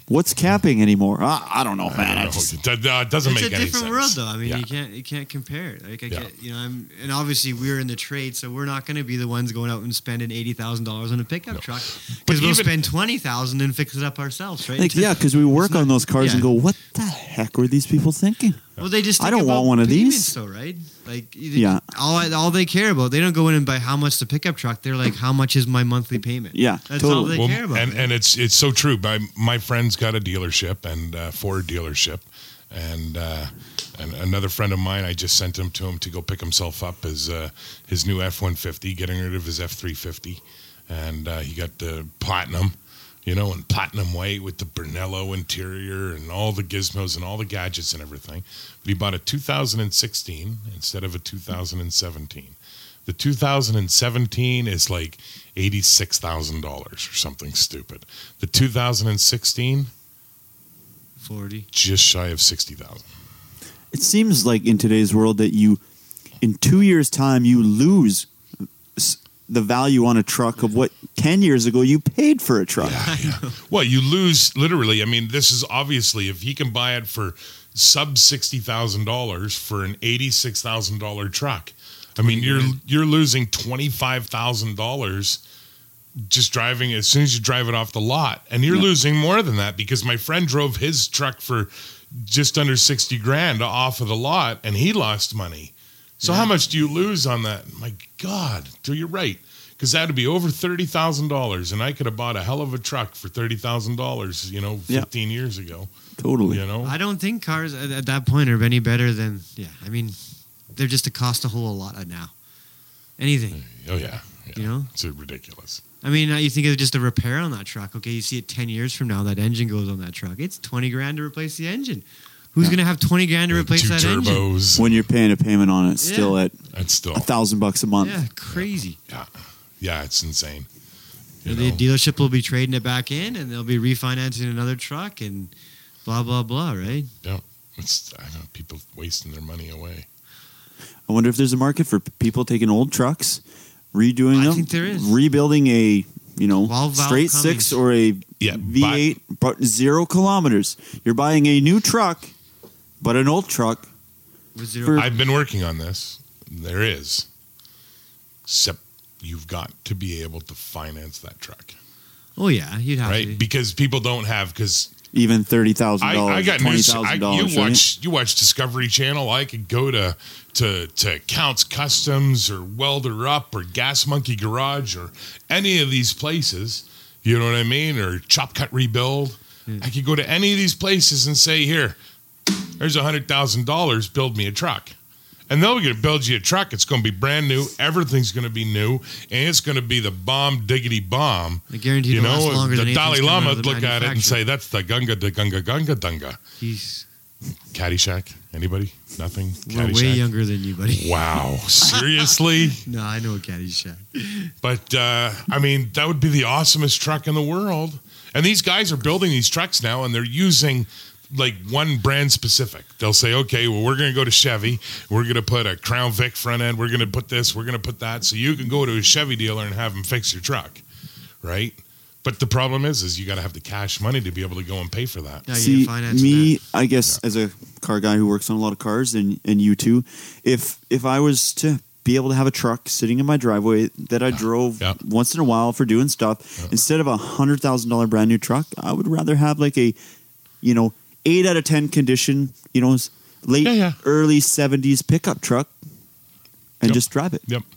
What's capping anymore? I, I don't know,
I
man.
don't
I
know.
just-
It do- uh, doesn't
it's
make
a
any
different
sense.
world though. I mean,
Yeah.
you can't you can't compare it. Like I
Yeah.
get you know, I'm and obviously we're in the trade, so we're not going to be the ones going out and spending eighty thousand dollars on a pickup truck
But
because we'll
even-
spend twenty thousand and fix it up ourselves, right?
like, yeah, because we work on those cars
yeah.
and go, what the heck were these people thinking?
Well, they just
I
think
don't
about
want one of
payments,
these.
though, right? Like,
Yeah.
yeah. All all they care about, they don't go in and buy how much the pickup truck. They're like, how much is my monthly payment?
Yeah,
that's all
totally.
they care about.
and and it's it's so true. My my friend's got a dealership and uh, Ford dealership, and uh, and another friend of mine. I just sent him to him to go pick himself up his uh, his new F one fifty, getting rid of his F three fifty, and uh, he got the platinum. You know, in platinum white with the Brunello interior and all the gizmos and all the gadgets and everything. But he bought a 2016 instead of a 2017. The 2017 is like $86,000 or something stupid. The 2016,
Forty.
just shy of 60,000.
It seems like in today's world that you, in two years' time, you lose s- the value on a truck of what ten years ago you paid for a truck.
Well, you lose literally. I mean, this is obviously if he can buy it for sub $60,000 for an $86,000 truck. I mean, you're you're losing $25,000 just driving as soon as you drive it off the lot. And you're losing more than that because my friend drove his truck for just under 60 grand off of the lot and he lost money. So how much do you lose on that? My God, so you're right. Because that'd be over thirty thousand dollars, and I could have bought a hell of a truck for thirty thousand dollars, you know,
Yeah.
fifteen years ago.
Totally.
You know,
I don't think cars at, at that point are any better than yeah. I mean, they're just a cost a whole lot now. Anything,
oh yeah,
you know.
it's ridiculous.
I mean, now you think of just a repair on that truck. Okay, you see it ten years from now, that engine goes on that truck. It's twenty grand to replace the engine. Who's gonna have twenty grand to replace
Two
that engine?
turbos.
When you're paying a payment on it, still at
That's still
a thousand bucks a month.
Yeah, crazy.
yeah, it's insane. You
the
know?
dealership will be trading it back in, and they'll be refinancing another truck, and blah blah blah. Right?
It's I know people wasting their money away.
I wonder if there's a market for people taking old trucks, redoing
I
them,
think there is.
rebuilding a you know
Twelve valve
straight
Cummins.
six or a
Yeah,
V8, but zero kilometers. You're buying a new truck, but an old truck.
With zero-
For-
I've been working on this. There is, except you've got to be able to finance that truck,
oh yeah, you'd have
right?
to.
Because people don't have because
Even thirty thousand
I,
dollars,
I got
twenty
news. I,
thousand dollars.
you watch you watch Discovery Channel. I could go to to to Counts Customs or Welder Up or Gas Monkey Garage or any of these places. You know what I mean? Or Chop Cut Rebuild.
Hmm.
I could go to any of these places and say, "Here, there's a hundred thousand dollars. Build me a truck." And they're going to build you a truck. It's going to be brand new. Everything's going to be new, and it's going to be the bomb diggity bomb
I guarantee
you
it'll
know,
last longer
the
than anything's
Dalai
coming out
Lama
of
would
the
look at it and
manufacturer.
say, "That's the Gunga da Gunga Gunga Dunga."
He's,
Caddyshack? Anybody? Nothing.
"We're way
Caddyshack?
younger than you, buddy."
Wow, seriously?
no, I know a Caddyshack.
but uh, I mean, that would be the awesomest truck in the world. And these guys are building these trucks now, and they're using like one brand specific. They'll say, "Okay, well, we're going to go to Chevy. We're going to put a Crown Vic front end. We're going to put this. We're going to put that." So you can go to a Chevy dealer and have them fix your truck, right? But the problem is, is you got to have the cash money to be able to go and pay for that.
No, you
See,
finance
me, I guess as a car guy who works on a lot of cars, and and you too. If if I was to be able to have a truck sitting in my driveway that I drove
yeah.
once in a while for doing stuff, instead of a hundred thousand dollar brand new truck, I would rather have like a, you know, eight out of ten condition, you know, s- late
Yeah, yeah.
early seventies pickup truck, and
Yep.
just drive it.
Yep.
that.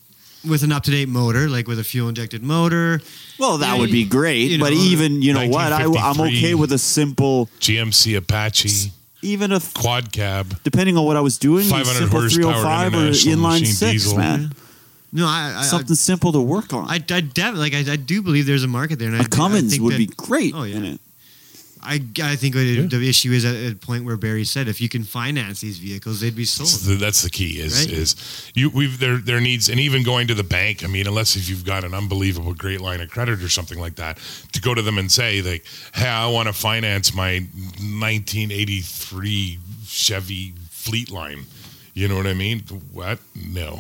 with an up-to-date motor, like with a fuel-injected motor.
Well, that
Yeah,
would be
you-
great,
you
but
know,
even you know what, I, I'm
1953.
okay with a simple,
GMC Apache
even a
quad cab.
depending on what I was doing,
500
simple
horsepower
305 or
international
inline
machine
six,
diesel.
man.
No, I, I,
something simple to work on.
I, I, definitely like. I, I do believe there's a market there, and I
a
do- I
Cummins
think
would
that-
be great
Oh, yeah.
in it.
I, I think what it-
Yeah.
the issue is at at the point where Barry said, if you can finance these vehicles, they'd be
That's
sold.
the, that's the key is
Right.
is you we've there there needs and even going to the bank I mean unless if you've got an unbelievable great line of credit or something like that to go to them and say like hey I want to finance my 1983 Chevy fleet line you know what I mean what no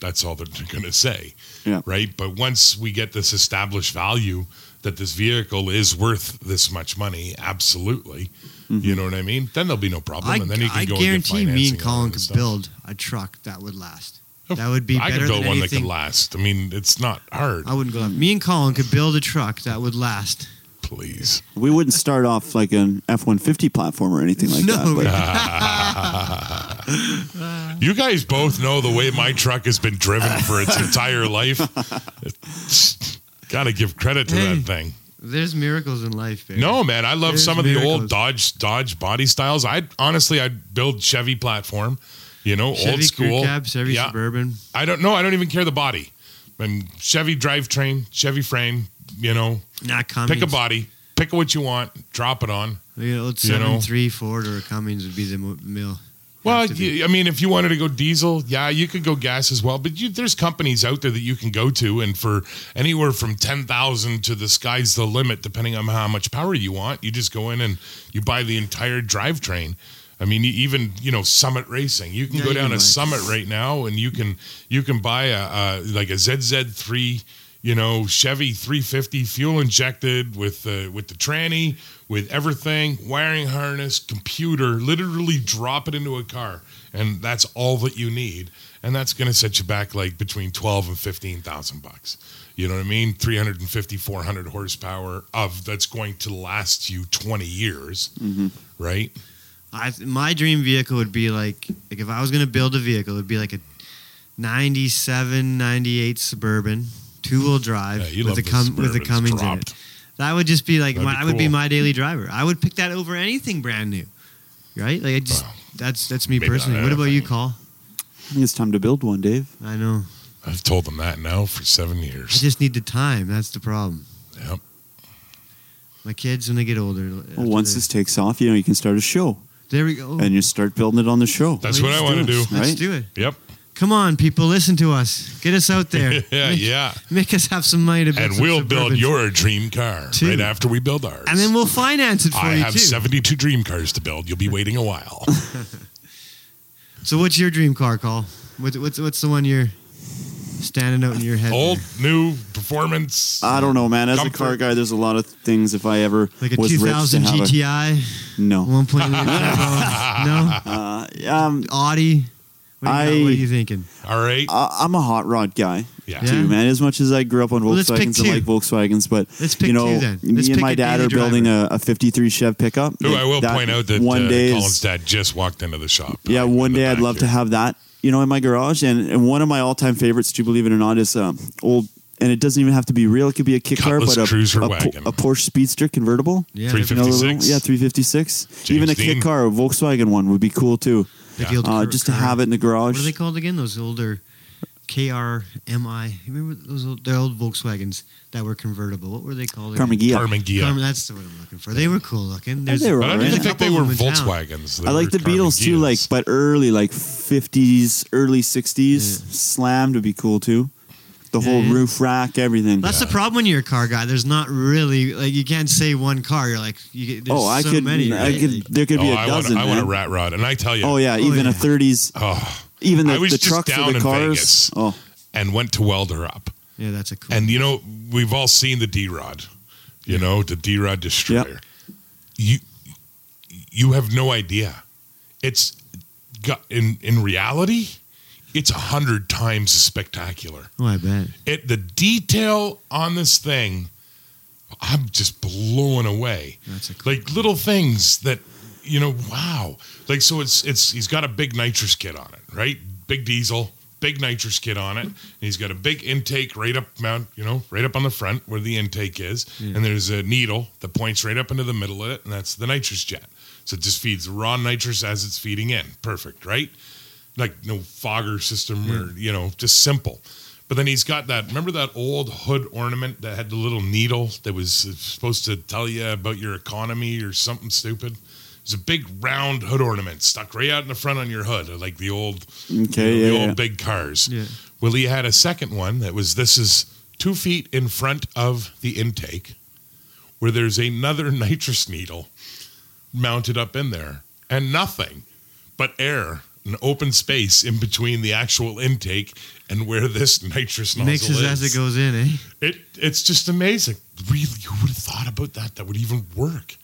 that's all they're going to say
Yeah.
right but once we get this established value that this vehicle is worth this much money absolutely you know what I mean then there'll be no problem
I,
and then you can
I
go
guarantee
and get
me
financing
and Colin
all that
could
stuff. Oh,
build a truck that would last. That would be
I
better
could build
than
one that
anything. Oh.
could last. I mean, it's not hard.
I wouldn't go. Me and Colin could build a truck that would last.
Please,
We wouldn't start off like an F one fifty platform or anything like
No,
that.
we-
But
you guys both know the way my truck has been driven for its entire life. Got to give credit to
Hey.
that thing.
There's miracles in life, Barry.
No, man, I love
There's
some of the old
miracles.
Dodge Dodge body styles. I honestly, I'd build Chevy platform. You know,
Chevy
old
crew
school.
cab, Chevy
yeah,
Suburban.
I don't know. I don't even care the body. And Chevy drivetrain, Chevy frame. You know,
Not Cummins.
pick a body, pick what you want, drop it on.
You know, old
you know.
seven three Ford or a Cummins would be the mo- mill.
Well,
Have to be.
y- I mean, if you wanted to go diesel, yeah, you could go gas as well. But you, there's companies out there that you can go to, and for anywhere from ten thousand to the sky's the limit, depending on how much power you want. You just go in and you buy the entire drivetrain. I mean, you- even you know Summit Racing, you can
Yeah,
go
you
down
can
a
buy-
Summit right now, and you can you can buy a, a like a ZZ three. You know Chevy 350 fuel injected with uh, with the tranny with everything, wiring harness, computer, literally drop it into a car, and that's all that you need. And that's going to set you back like between twelve and fifteen thousand bucks. You know what I mean? 350, 400 horsepower of that's going to last you twenty years,
Mm-hmm.
right?
I th- my dream vehicle would be like like if I was gonna build a vehicle, it'd be like a 97, 98 Suburban, two wheel drive
Yeah, you
with
love
the
the
cum- with the
Suburbans
Cummins in
dropped.
it. That would just be like
That'd
my,
be
I would be
cool.
my daily driver. I would pick that over anything brand new, right? Like I just
Wow.
that's that's me
Maybe not
personally. What about you,
everything.
Call?
I think it's time to build one, Dave.
I know.
I've told them that now for seven
I
years.
just need the time. That's the problem.
Yep.
My kids when they get older. after
Well, once
they-
this takes off, you know, you can start a show
there we go. Oh,
and you start building it on the show.
That's what I want to do.
it.
Let's
right?
do it.
Yep.
Come on, people, listen to us. Get us out there.
yeah,
Make-
yeah.
Make us have some money to build
And
some
we'll build
Suburbans.
your dream car
Two.
right after we build ours.
and then we'll finance it for
I
you
have
too.
72 dream cars to build. You'll be waiting a while.
So, what's your dream car, Call? What's what's, what's the one you're standing out in your head?
Old, new, performance.
I don't know, man. As
Comfort.
a car guy, there's a lot of things. If I ever
Like a
was rich to
2000
have a- Uh-huh.
GTI,
no,
1.8 turbo. No,
uh, um,
Audi. What are, you,
I-
what are you thinking?
All right.
I, I'm a hot rod guy.
yeah.
Yeah.
too, man. As much as I grew up on
let's pick
Volkswagens,
two.
I like Volkswagens, but
Let's pick
you know,
two then.
me
Let's
and
pick
my
a
dad
daily
are building a, a '53 Chev pickup.
Ooh, I will
That
point out that
one
uh,
day is-
Colin's dad just walked into the shop.
yeah,
Like,
one
in the
day I'd
back
love to
here.
have that. You know, in my garage, and, and one of my all-time favorites, do you believe it or not, is um, old. And it doesn't even have to be real. It could be a kick
Cutlass
car, but
cruiser
a, a,
wagon.
a Porsche Speedster convertible.
Yeah,
350.
You know, the little-
56.
yeah, 356. even a
Dean.
kick car, a Volkswagen one would be cool too.
they're- they're
Uh,
old
just to
car-
have it in the
What are they
garage.
called again? Those older KRMI. You remember those old, the old Volkswagens that were convertible? What were they called? again?
Carmagia.
Carmen Ghia.
Carmen- that's what I'm looking for. They were cool looking. There's-
they were
But I
Alright.
didn't
There's a
think they
couple
were
of them in town.
Volkswagens. They
I like
were
the Beatles too,
Carmen
like
Ghias.
but early, like fifties, early sixties.
Yeah.
Slammed would be cool too. The whole
yeah.
roof rack, everything.
That's the problem when you're a car guy. There's not really like you can't say one car. You're like you get there's
oh, I
so
could,
many.
I
right?
could.
Like,
There could
oh,
be a
I
dozen.
Want, I want a
man.
rat rod. And I tell you,
Oh yeah, even
yeah.
a thirties,
oh,
even
I
the,
was
the
just
trucks
down
or the
in
cars.
Vegas.
Oh,
and went to Welder Up.
yeah, that's a cool.
And you know, we've all seen the D Rod, you know, the D Rod destroyer. You you have no idea. It's got in in reality, it's a hundred times spectacular.
oh, I bet.
It the detail on this thing, I'm just blown away
That's a cool.
like little things that you know wow like so it's it's he's got a big nitrous kit on it right big diesel big nitrous kit on it and he's got a big intake right up mount you know right up on the front where the intake is
Yeah.
and there's a needle that points right up into the middle of it and that's the nitrous jet so it just feeds raw nitrous as it's feeding in perfect right like no fogger system or you know just simple But then he's got that. Remember that old hood ornament that had the little needle that was supposed to tell you about your economy or something stupid? It's a big round hood ornament stuck right out in the front on your hood, like the old,
Okay,
the
yeah,
old
yeah.
big cars.
Yeah.
Well, he had a second one that was this is two feet in front of the intake, where there's another nitrous needle mounted up in there, and nothing but air, an open space in between the actual intake and where this nitrous nozzle
Mixes
is.
as it goes in, eh?
It it's just amazing. Really, who would have thought about that? That would even work.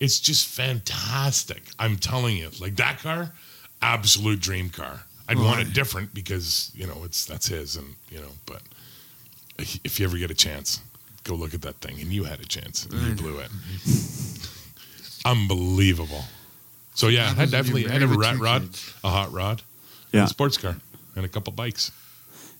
It's just fantastic. I'm telling you, like that car, absolute dream car. I'd want it different because you know it's that's his, and you know. But if you ever get a chance, go look at that thing. And you had a chance, and you blew it. Unbelievable. So yeah, I
Happens when
definitely
you're
I had a
married with
rat
two
rod,
kids.
a hot rod, and
Yeah.
a sports car, and a couple bikes.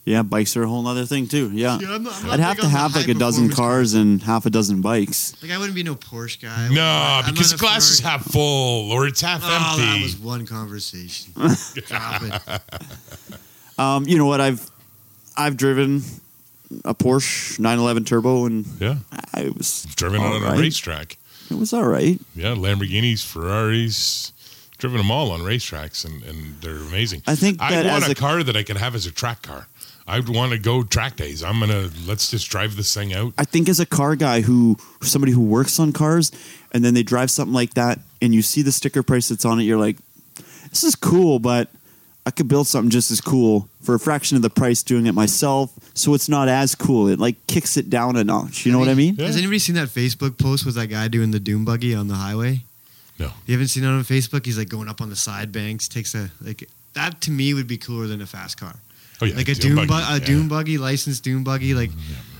Yeah, bikes are a whole other thing too. Yeah,
I'm not,
I'd have to have like a dozen cars and half a dozen bikes.
Like I wouldn't be no Porsche guy.
No,
I'm
because
not
the
a
glass is
Ferrari-
half full or it's half
Oh,
empty.
that was one conversation. Stop it.
Um, you know what? I've I've driven a Porsche 911 Turbo, and
Yeah,
I was
driven
all
on
right.
a racetrack.
It was all right.
Yeah, Lamborghinis, Ferraris, driven them all on racetracks, and, and they're amazing.
I think
I
that
want
as
a,
a-
car that I could have as a track car. I'd want to go track days. I'm gonna let's just drive this thing out.
I think as a car guy who somebody who works on cars and then they drive something like that and you see the sticker price that's on it, you're like, this is cool, but I could build something just as cool for a fraction of the price doing it myself. So it's not as cool. It like kicks it down a notch. You know what I mean?
Yeah.
Has anybody seen that Facebook post with that guy doing the doom buggy on the highway?
No.
You haven't seen that on Facebook? He's like going up on the side banks, takes a like that to me would be cooler than a fast car.
Oh yeah,
like a
dune
doom, bu-
buggy,
a
yeah. Mm-hmm.
doom buggy, licensed doom buggy. Like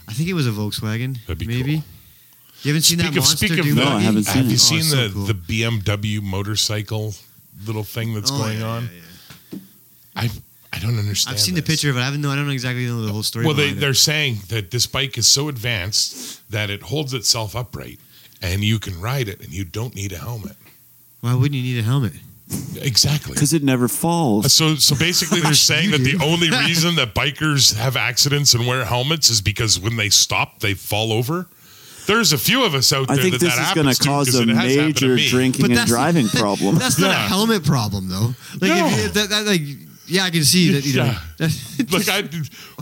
I think it was a Volkswagen.
That'd be
maybe.
cool.
You haven't seen that
Speak of
monster
speak of
doom
that,
No, I
buggy?
haven't seen
have
it.
you
Oh,
seen
it's so
the
cool.
the BMW motorcycle little thing that's
Oh,
going
yeah,
on?
yeah, yeah.
I I don't understand.
I've seen the
this.
picture of it. I haven't know. I don't know exactly know the whole story.
Well, they,
behind it.
they're saying that this bike is so advanced that it holds itself upright and you can ride it and you don't need a helmet.
Why wouldn't you need a helmet?
Exactly.
Because it never falls.
So, so basically, they're saying
you
that the
do.
only reason that bikers have accidents and wear helmets is because when they stop, they fall over. There's a few of us out
I
there
think
that
this
that
is
happens
going to
to
cause
'cause
a
it has happened to
major
me.
drinking and driving problem.
That's not
Yeah.
a helmet problem though. Like if
No.
you, that, that, like yeah, I can see that. You know,
Yeah. Like, I,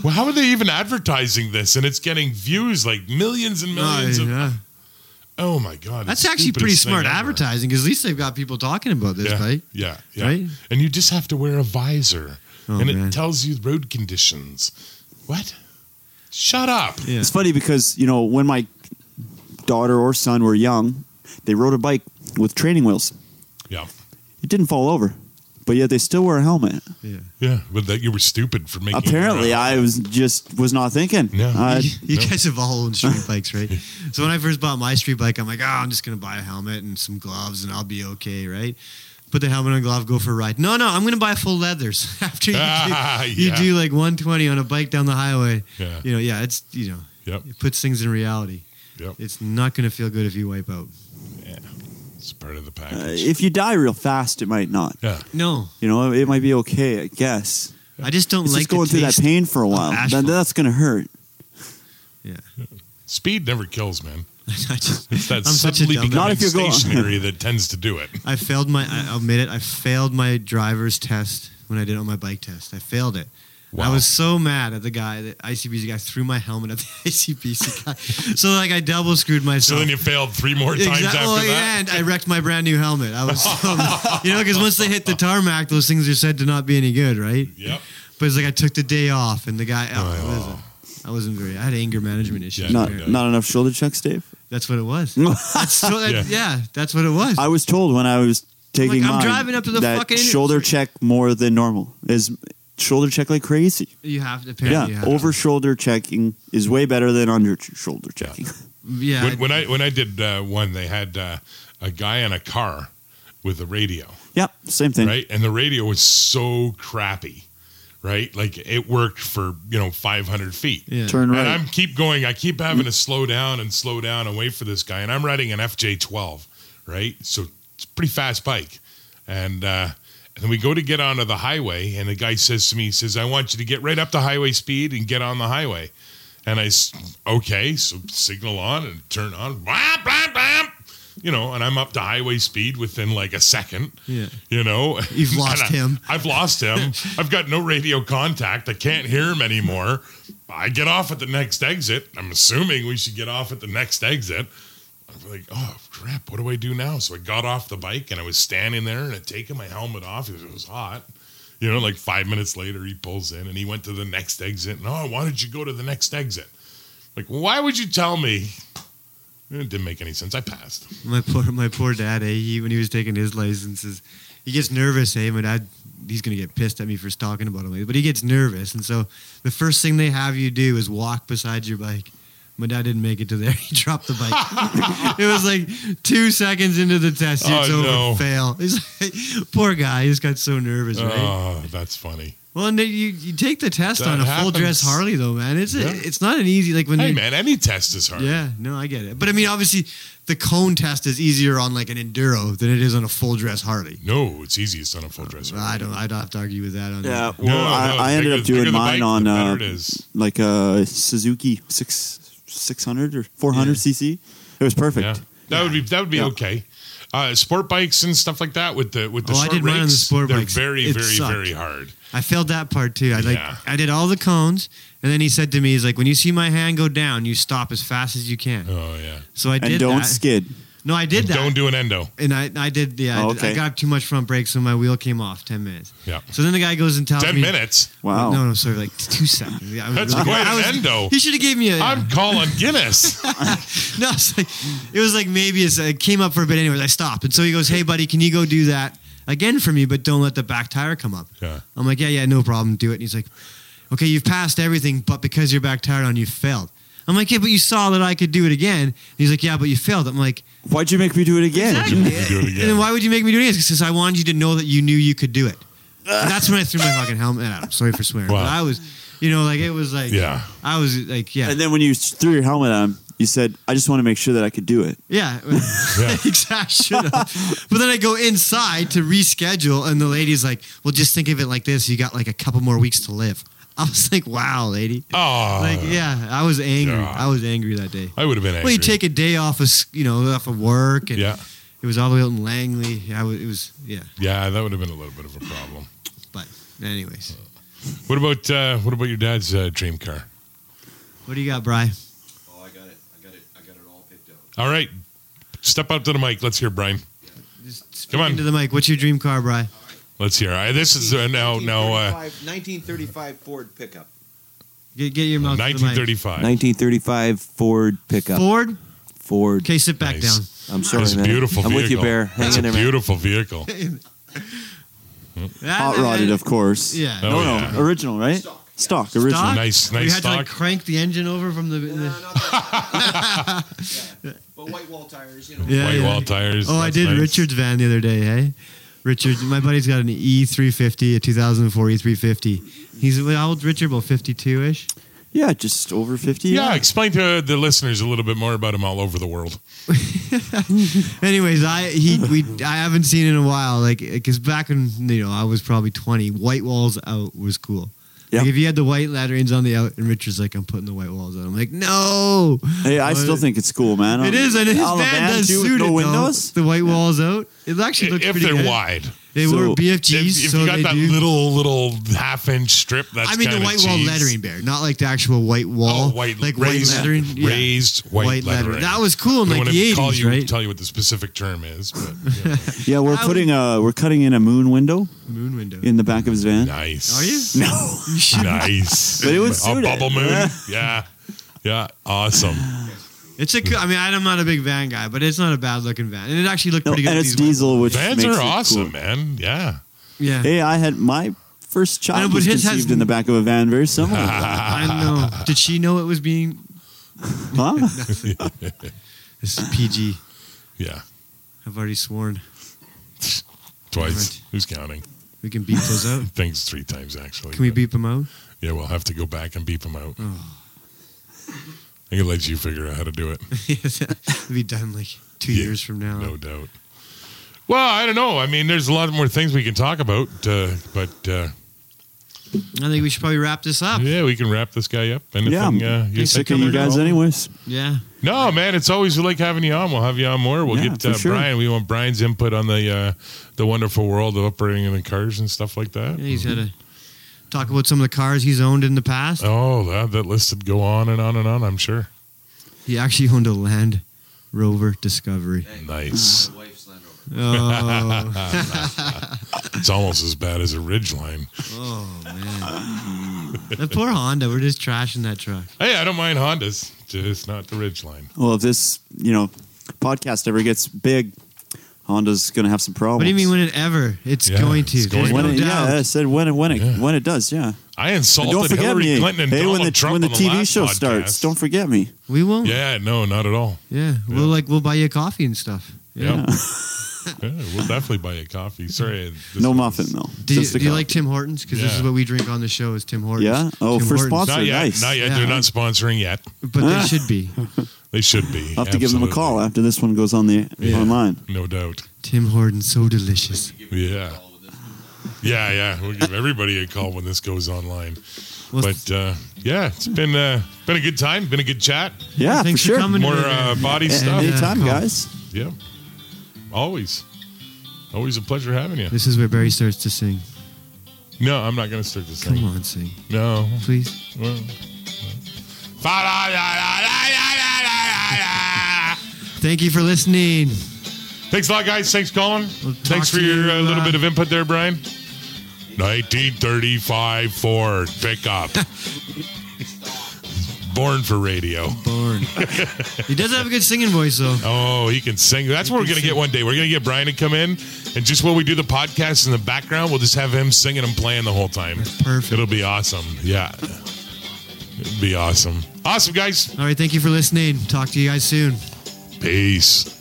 well, how are they even advertising this? And it's getting views like millions and millions
Oh,
of.
yeah.
Oh my god!
That's
it's the
actually pretty
stupidest thing
smart
ever.
advertising because at least they've got people talking about this,
yeah,
right?
Yeah, yeah.
Right?
And you just have to wear a visor,
Oh,
and
man.
it tells you road conditions. What? Shut up!
Yeah.
It's funny because you know when my daughter or son were young, they rode a bike with training wheels.
Yeah,
It didn't fall over, but yet they still wear a helmet.
yeah.
yeah. But that you were stupid for making.
Apparently,
it up.
I was just was not thinking.
No.
I-
you
no.
guys have all owned street bikes, right? so when I first bought my street bike, I'm like, oh, I'm just gonna buy a helmet and some gloves, and I'll be okay, right? Put the helmet and glove, go for a ride. No, no, I'm gonna buy full leathers after you,
Ah,
do, you
yeah.
do like 120 on a bike down the highway.
Yeah.
You know, yeah, it's you know,
Yep.
it puts things in reality.
Yep.
It's not gonna feel good if you wipe out.
It's part of the
uh,
package.
if you die real fast, it might not.
yeah.
No,
You know, it might be okay. I guess
I just don't
it's
like
just going
the
through that
taste.
pain for a while. Then
asphalt.
that's gonna hurt.
Speed never kills, man.
I just-
It's that
I'm such a
suddenly
dumb-
becoming
Not if you're going-
stationary that tends to do it.
I failed my. I admit it. I failed my driver's test when I did it on my bike test. I failed it.
Wow.
I was so mad at the guy, the ICBC guy, threw my helmet at the ICBC guy. so like I double screwed
So
myself.
then you failed three more times
Exact-
after
well,
that.
And I wrecked my brand new helmet. I was, so mad. you know, because once they hit the tarmac, those things are said to not be any good, right?
Yep.
But it's like I took the day off, and the guy. Oh, I wasn't- I wasn't very. I had anger management issues.
Yeah,
Not
yeah.
apparently.
not enough shoulder checks, Dave.
That's what it was. That's so, that,
Yeah.
yeah. that's what it was.
I was told when I was taking
I'm
mine
driving up to the
that
fucking
shoulder
industry.
check more than normal is shoulder check like crazy.
you have to.
Yeah,
Apparently, you have to.
over shoulder checking is way better than under ch- shoulder checking.
Yeah.
When, when I when I did uh, one, they had uh, a guy in a car with a radio.
yep, same thing.
right? And the radio was so crappy, right? Like it worked for you know 500 feet.
yeah.
Turn
And
right.
I'm keep going. I keep having to slow down and slow down and wait for this guy. And I'm riding an FJ12, right? So it's a pretty fast bike, and uh, And we go to get onto the highway, and the guy says to me, he says, I want you to get right up to highway speed and get on the highway. And I, s- okay, so signal on and turn on, blah, blah, blah. You know, and I'm up to highway speed within like a second.
Yeah.
You know,
You've
And
lost
I-
him.
I've lost him. I've got no radio contact. I can't hear him anymore. I get off at the next exit. I'm assuming we should get off at the next exit. I'm like, oh crap, what do I do now? So I got off the bike and I was standing there and I'd taken my helmet off because it was hot. You know, like five minutes later, he pulls in and he went to the next exit. No, why did you go to the next exit? Like, why would you tell me? It didn't make any sense. I passed.
My poor, my poor dad. Eh? He, when he was taking his licenses, he gets nervous. Eh? My dad, he's gonna get pissed at me for talking about him. eh, But he gets nervous, and so the first thing they have you do is walk beside your bike. My dad didn't make it to there. He dropped the bike. it was like two seconds into the test. It's
Oh,
over.
no.
Fail. It's like, poor guy. He just got so nervous, right?
Oh, that's funny.
Well, and then you, you take the test
That
on a full
happens.
dress Harley, though, man. It's
Yeah.
a, it's not an easy like when
Hey,
you,
man, any test is hard.
yeah, no, I get it. But I mean, obviously, the cone test is easier on like an enduro than it is on a full dress Harley.
No, it's easiest on a full dresser.
I don't. I'd have to argue with that on
Yeah,
that.
well, I,
the
I ended
bigger-
up
the bigger
doing
the
mine
bike,
on
the better
uh,
it is.
like a Suzuki six six hundred or four hundred cc. It was perfect.
Yeah, that would be that would be
Yeah.
okay. Uh, sport bikes and stuff like that with the with the
Oh, I
short
did mine on the
rakes,
sport
they're
bikes.
very
It
very
sucked.
very hard.
I failed that part too. I like.
Yeah.
I did all the cones, and then he said to me, "He's like, when you see my hand go down, you stop as fast as you can."
Oh yeah,
So I did
And don't
that.
skid.
no, I did that.
don't do an endo.
and I, I did. Yeah, I,
Oh,
did- I
okay.
got too much front brake, so my wheel came off. Ten minutes.
Yeah,
So then the guy goes and tells
ten
me.
minutes.
Wow.
No, no, sorry, like two seconds. Yeah, I was
That's
really-
quite
I
an
was-
endo.
He should have gave me a.
I'm calling Guinness.
no, it's like, it was like maybe it's, it came up for a bit. Anyways, I stopped, and so he goes, "Hey, buddy, can you go do that again for me? But don't let the back tire come up."
yeah,
I'm like, "Yeah, yeah, no problem, do it." And he's like, "Okay, you've passed everything, but because your back tire on, you failed." I'm like, "Yeah, but you saw that I could do it again." And he's like, "Yeah, but you failed." I'm like,
Why'd you make me do it again?
you can do it
"And then
again.
why would you make me do it again?" He says, "I wanted you to know that you knew you could do it." And that's when I threw my fucking helmet at him. Sorry for swearing,
Wow.
but I was, you know, like it was like,
Yeah.
I was like, yeah,
And then when you threw your helmet on, you said, "I just want to make sure that I could do it."
Yeah, exactly. but then I go inside to reschedule, and the lady's like, "Well, just think of it like this: you got like a couple more weeks to live." I was like, "Wow, lady!"
Oh,
Like, yeah, I was angry.
God.
I was angry that day.
I would have been angry.
Well, you take a day off of s- you know off of work, and
Yeah.
it was all the way out in Langley. I was, it was yeah,
yeah, that would have been a little bit of a problem.
but anyways,
What about uh, what about your dad's uh, dream car?
what do you got, Bry?
Oh, I got it. I got it. I got it all picked out.
All right, step up to the mic. Let's hear Brian.
Just speak
Come on.
into the mic. What's your dream car, Bry?
Let's hear. Uh, this is uh, now now uh,
1935 1935 Ford pickup.
Get, get your mouth. to the mic.
1935.
1935 Ford pickup.
Ford.
Ford.
Okay, sit back
Nice.
down.
I'm sorry,
It's a
man.
beautiful
I'm
vehicle.
with you, Bear. Hang
It's
in
a
there, man.
beautiful vehicle.
Hot rodded, of course.
Yeah.
Oh,
No,
yeah.
no, original, right?
Stock, yeah.
Stock original.
Stock?
Nice,
you
nice
had to like
stock.
crank the engine over from the.
No,
the
not that. yeah. But white wall tires, you know.
Yeah,
White
yeah.
wall tires.
oh, I
That's
did
nice.
Richard's van the other day. Hey, Richard, my buddy's got an E350, a 2004 E350. E He's how old? Richard, about 52 ish.
Yeah, just over fifty.
Yeah, explain to the listeners a little bit more about him all over the world.
Anyways, I he we I haven't seen in a while. Like because back when you know I was probably 20, white walls out was cool.
Yeah.
Like if you had the white ladderings on the out, and Richard's like, I'm putting the white walls out. I'm like, no,
Hey, I still think it's cool, man.
it is. And his van does
too, with
suit it.
no
though.
windows.
The white walls out. It actually looks
if
pretty
they're
good.
wide,
They
So-
were BFGs,
if, if
so
you got
they
that
do.
little little half inch strip, that's
I mean the
kinda
white wall
cheese.
lettering bear, not like the actual white wall,
Oh, white
like
raised,
white lettering, yeah.
raised white,
White lettering.
lettering.
That was cool
Don't
in, like,
wanna
the
Call
80s,
you,
right?
Tell you what the specific term is, but you know,
Yeah, we're
I
putting uh we're cutting in a moon window
moon window.
in the back of his van.
nice.
Are you?
No,
nice?
But it would
a
suit it.
bubble moon. Yeah, yeah, awesome.
It's a. co- I mean, I'm not a big van guy, but it's not a bad looking van, and it actually looked
no,
pretty good.
and
with
it's
these
diesel, which
Vans
makes
are
it
awesome,
cool.
man. Yeah,
ones. Yeah,
Hey, I had my first
I know,
child
but
was
his has-
conceived in the back of a van, very similar. to that.
I know. Did she know it was being?
Huh?
This is PG.
yeah.
I've already sworn
Twice.
Right.
Who's counting?
we can beep those out.
Thanks three times actually.
Can we
but-
beep them out?
Yeah, we'll have to go back and beep them out.
Hmm.
I can let you figure out how to do it.
It'll be done like two
Yeah.
years from now.
No doubt. Well, I don't know. I mean, there's a lot more things we can talk about, uh, but uh,
I think we should probably wrap this up. Yeah.
yeah, we can wrap this guy up. Anything,
yeah,
uh,
I'm
you
sick
think
of you
there?
guys, anyways.
No, man, it's always like having you on. We'll have you on more. We'll
Yeah,
get
for
uh,
sure.
Brian. We want Brian's input on the uh, the wonderful world of operating in the cars and stuff like that.
Yeah, He's had a talk about some of the cars he's owned in the past.
Oh, that, that list would go on and on and on. I'm sure.
He actually owned a Land Rover Discovery.
Nice.
My wife's Land Rover.
Oh,
It's almost as bad as a Ridgeline.
oh man. That poor Honda. We're just trashing that truck.
Hey, I don't mind Hondas, just not the Ridgeline.
Well, if this you know podcast ever gets big, Honda's going to have some problems.
What do you mean when it ever? It's
Yeah,
going to.
it's going
There's
When
no
it,
doubt.
yeah, I said when it when it
Yeah.
when it does, yeah.
I
And don't
insulted
forget
Hillary
me.
Clinton and
hey,
Donald
when the
Trump
when the
on
TV
last
show
podcast.
starts, don't forget me.
We won't. Yeah.
Yeah, no, not at all.
We'll like we'll buy you a coffee and stuff.
Yeah. Yeah, we'll definitely buy you a coffee. Sorry, this
no
was-
muffin though.
Do you,
Just a
do you
cup.
like Tim Hortons? Because this
Yeah.
is what we drink on the show is Tim Hortons.
Yeah? Oh,
Tim
for
Hortons.
sponsor? Ah.
Not yet.
Nice.
Not yet.
Yeah.
They're not sponsoring yet.
But they should be.
They should be.
I'll have to give them a call after this one goes on the
Yeah.
online.
No doubt.
Tim Hortons, so delicious.
Yeah. Yeah, yeah. We'll give everybody a call when this goes online.
Well,
But uh, yeah, it's been uh, been a good time. Been a good chat.
Yeah,
thanks
for sure.
coming.
More
today.
uh, body
A-
stuff.
yeah.
Anytime,
Cool.
guys.
Yeah. Always. Always a pleasure having you.
This is where Barry starts to sing.
No, I'm not going to start this
Come
thing.
on, sing,
No.
please.
Well,
Thank you for listening.
Thanks a lot, guys. Thanks, Colin.
We'll talk
Thanks for
to
your
you,
uh, little
uh,
bit of input there, Brian. 1935 Ford pickup. Born for radio.
Born. he does have a good singing voice, though.
Oh, he can sing. That's what we're going to get one day. We're going to get Brian to come in, and just while we do the podcast in the background, we'll just have him singing and playing the whole time.
That's perfect.
It'll be awesome. Yeah. It'll be awesome. Awesome, guys.
All right, thank you for listening. Talk to you guys soon.
Peace.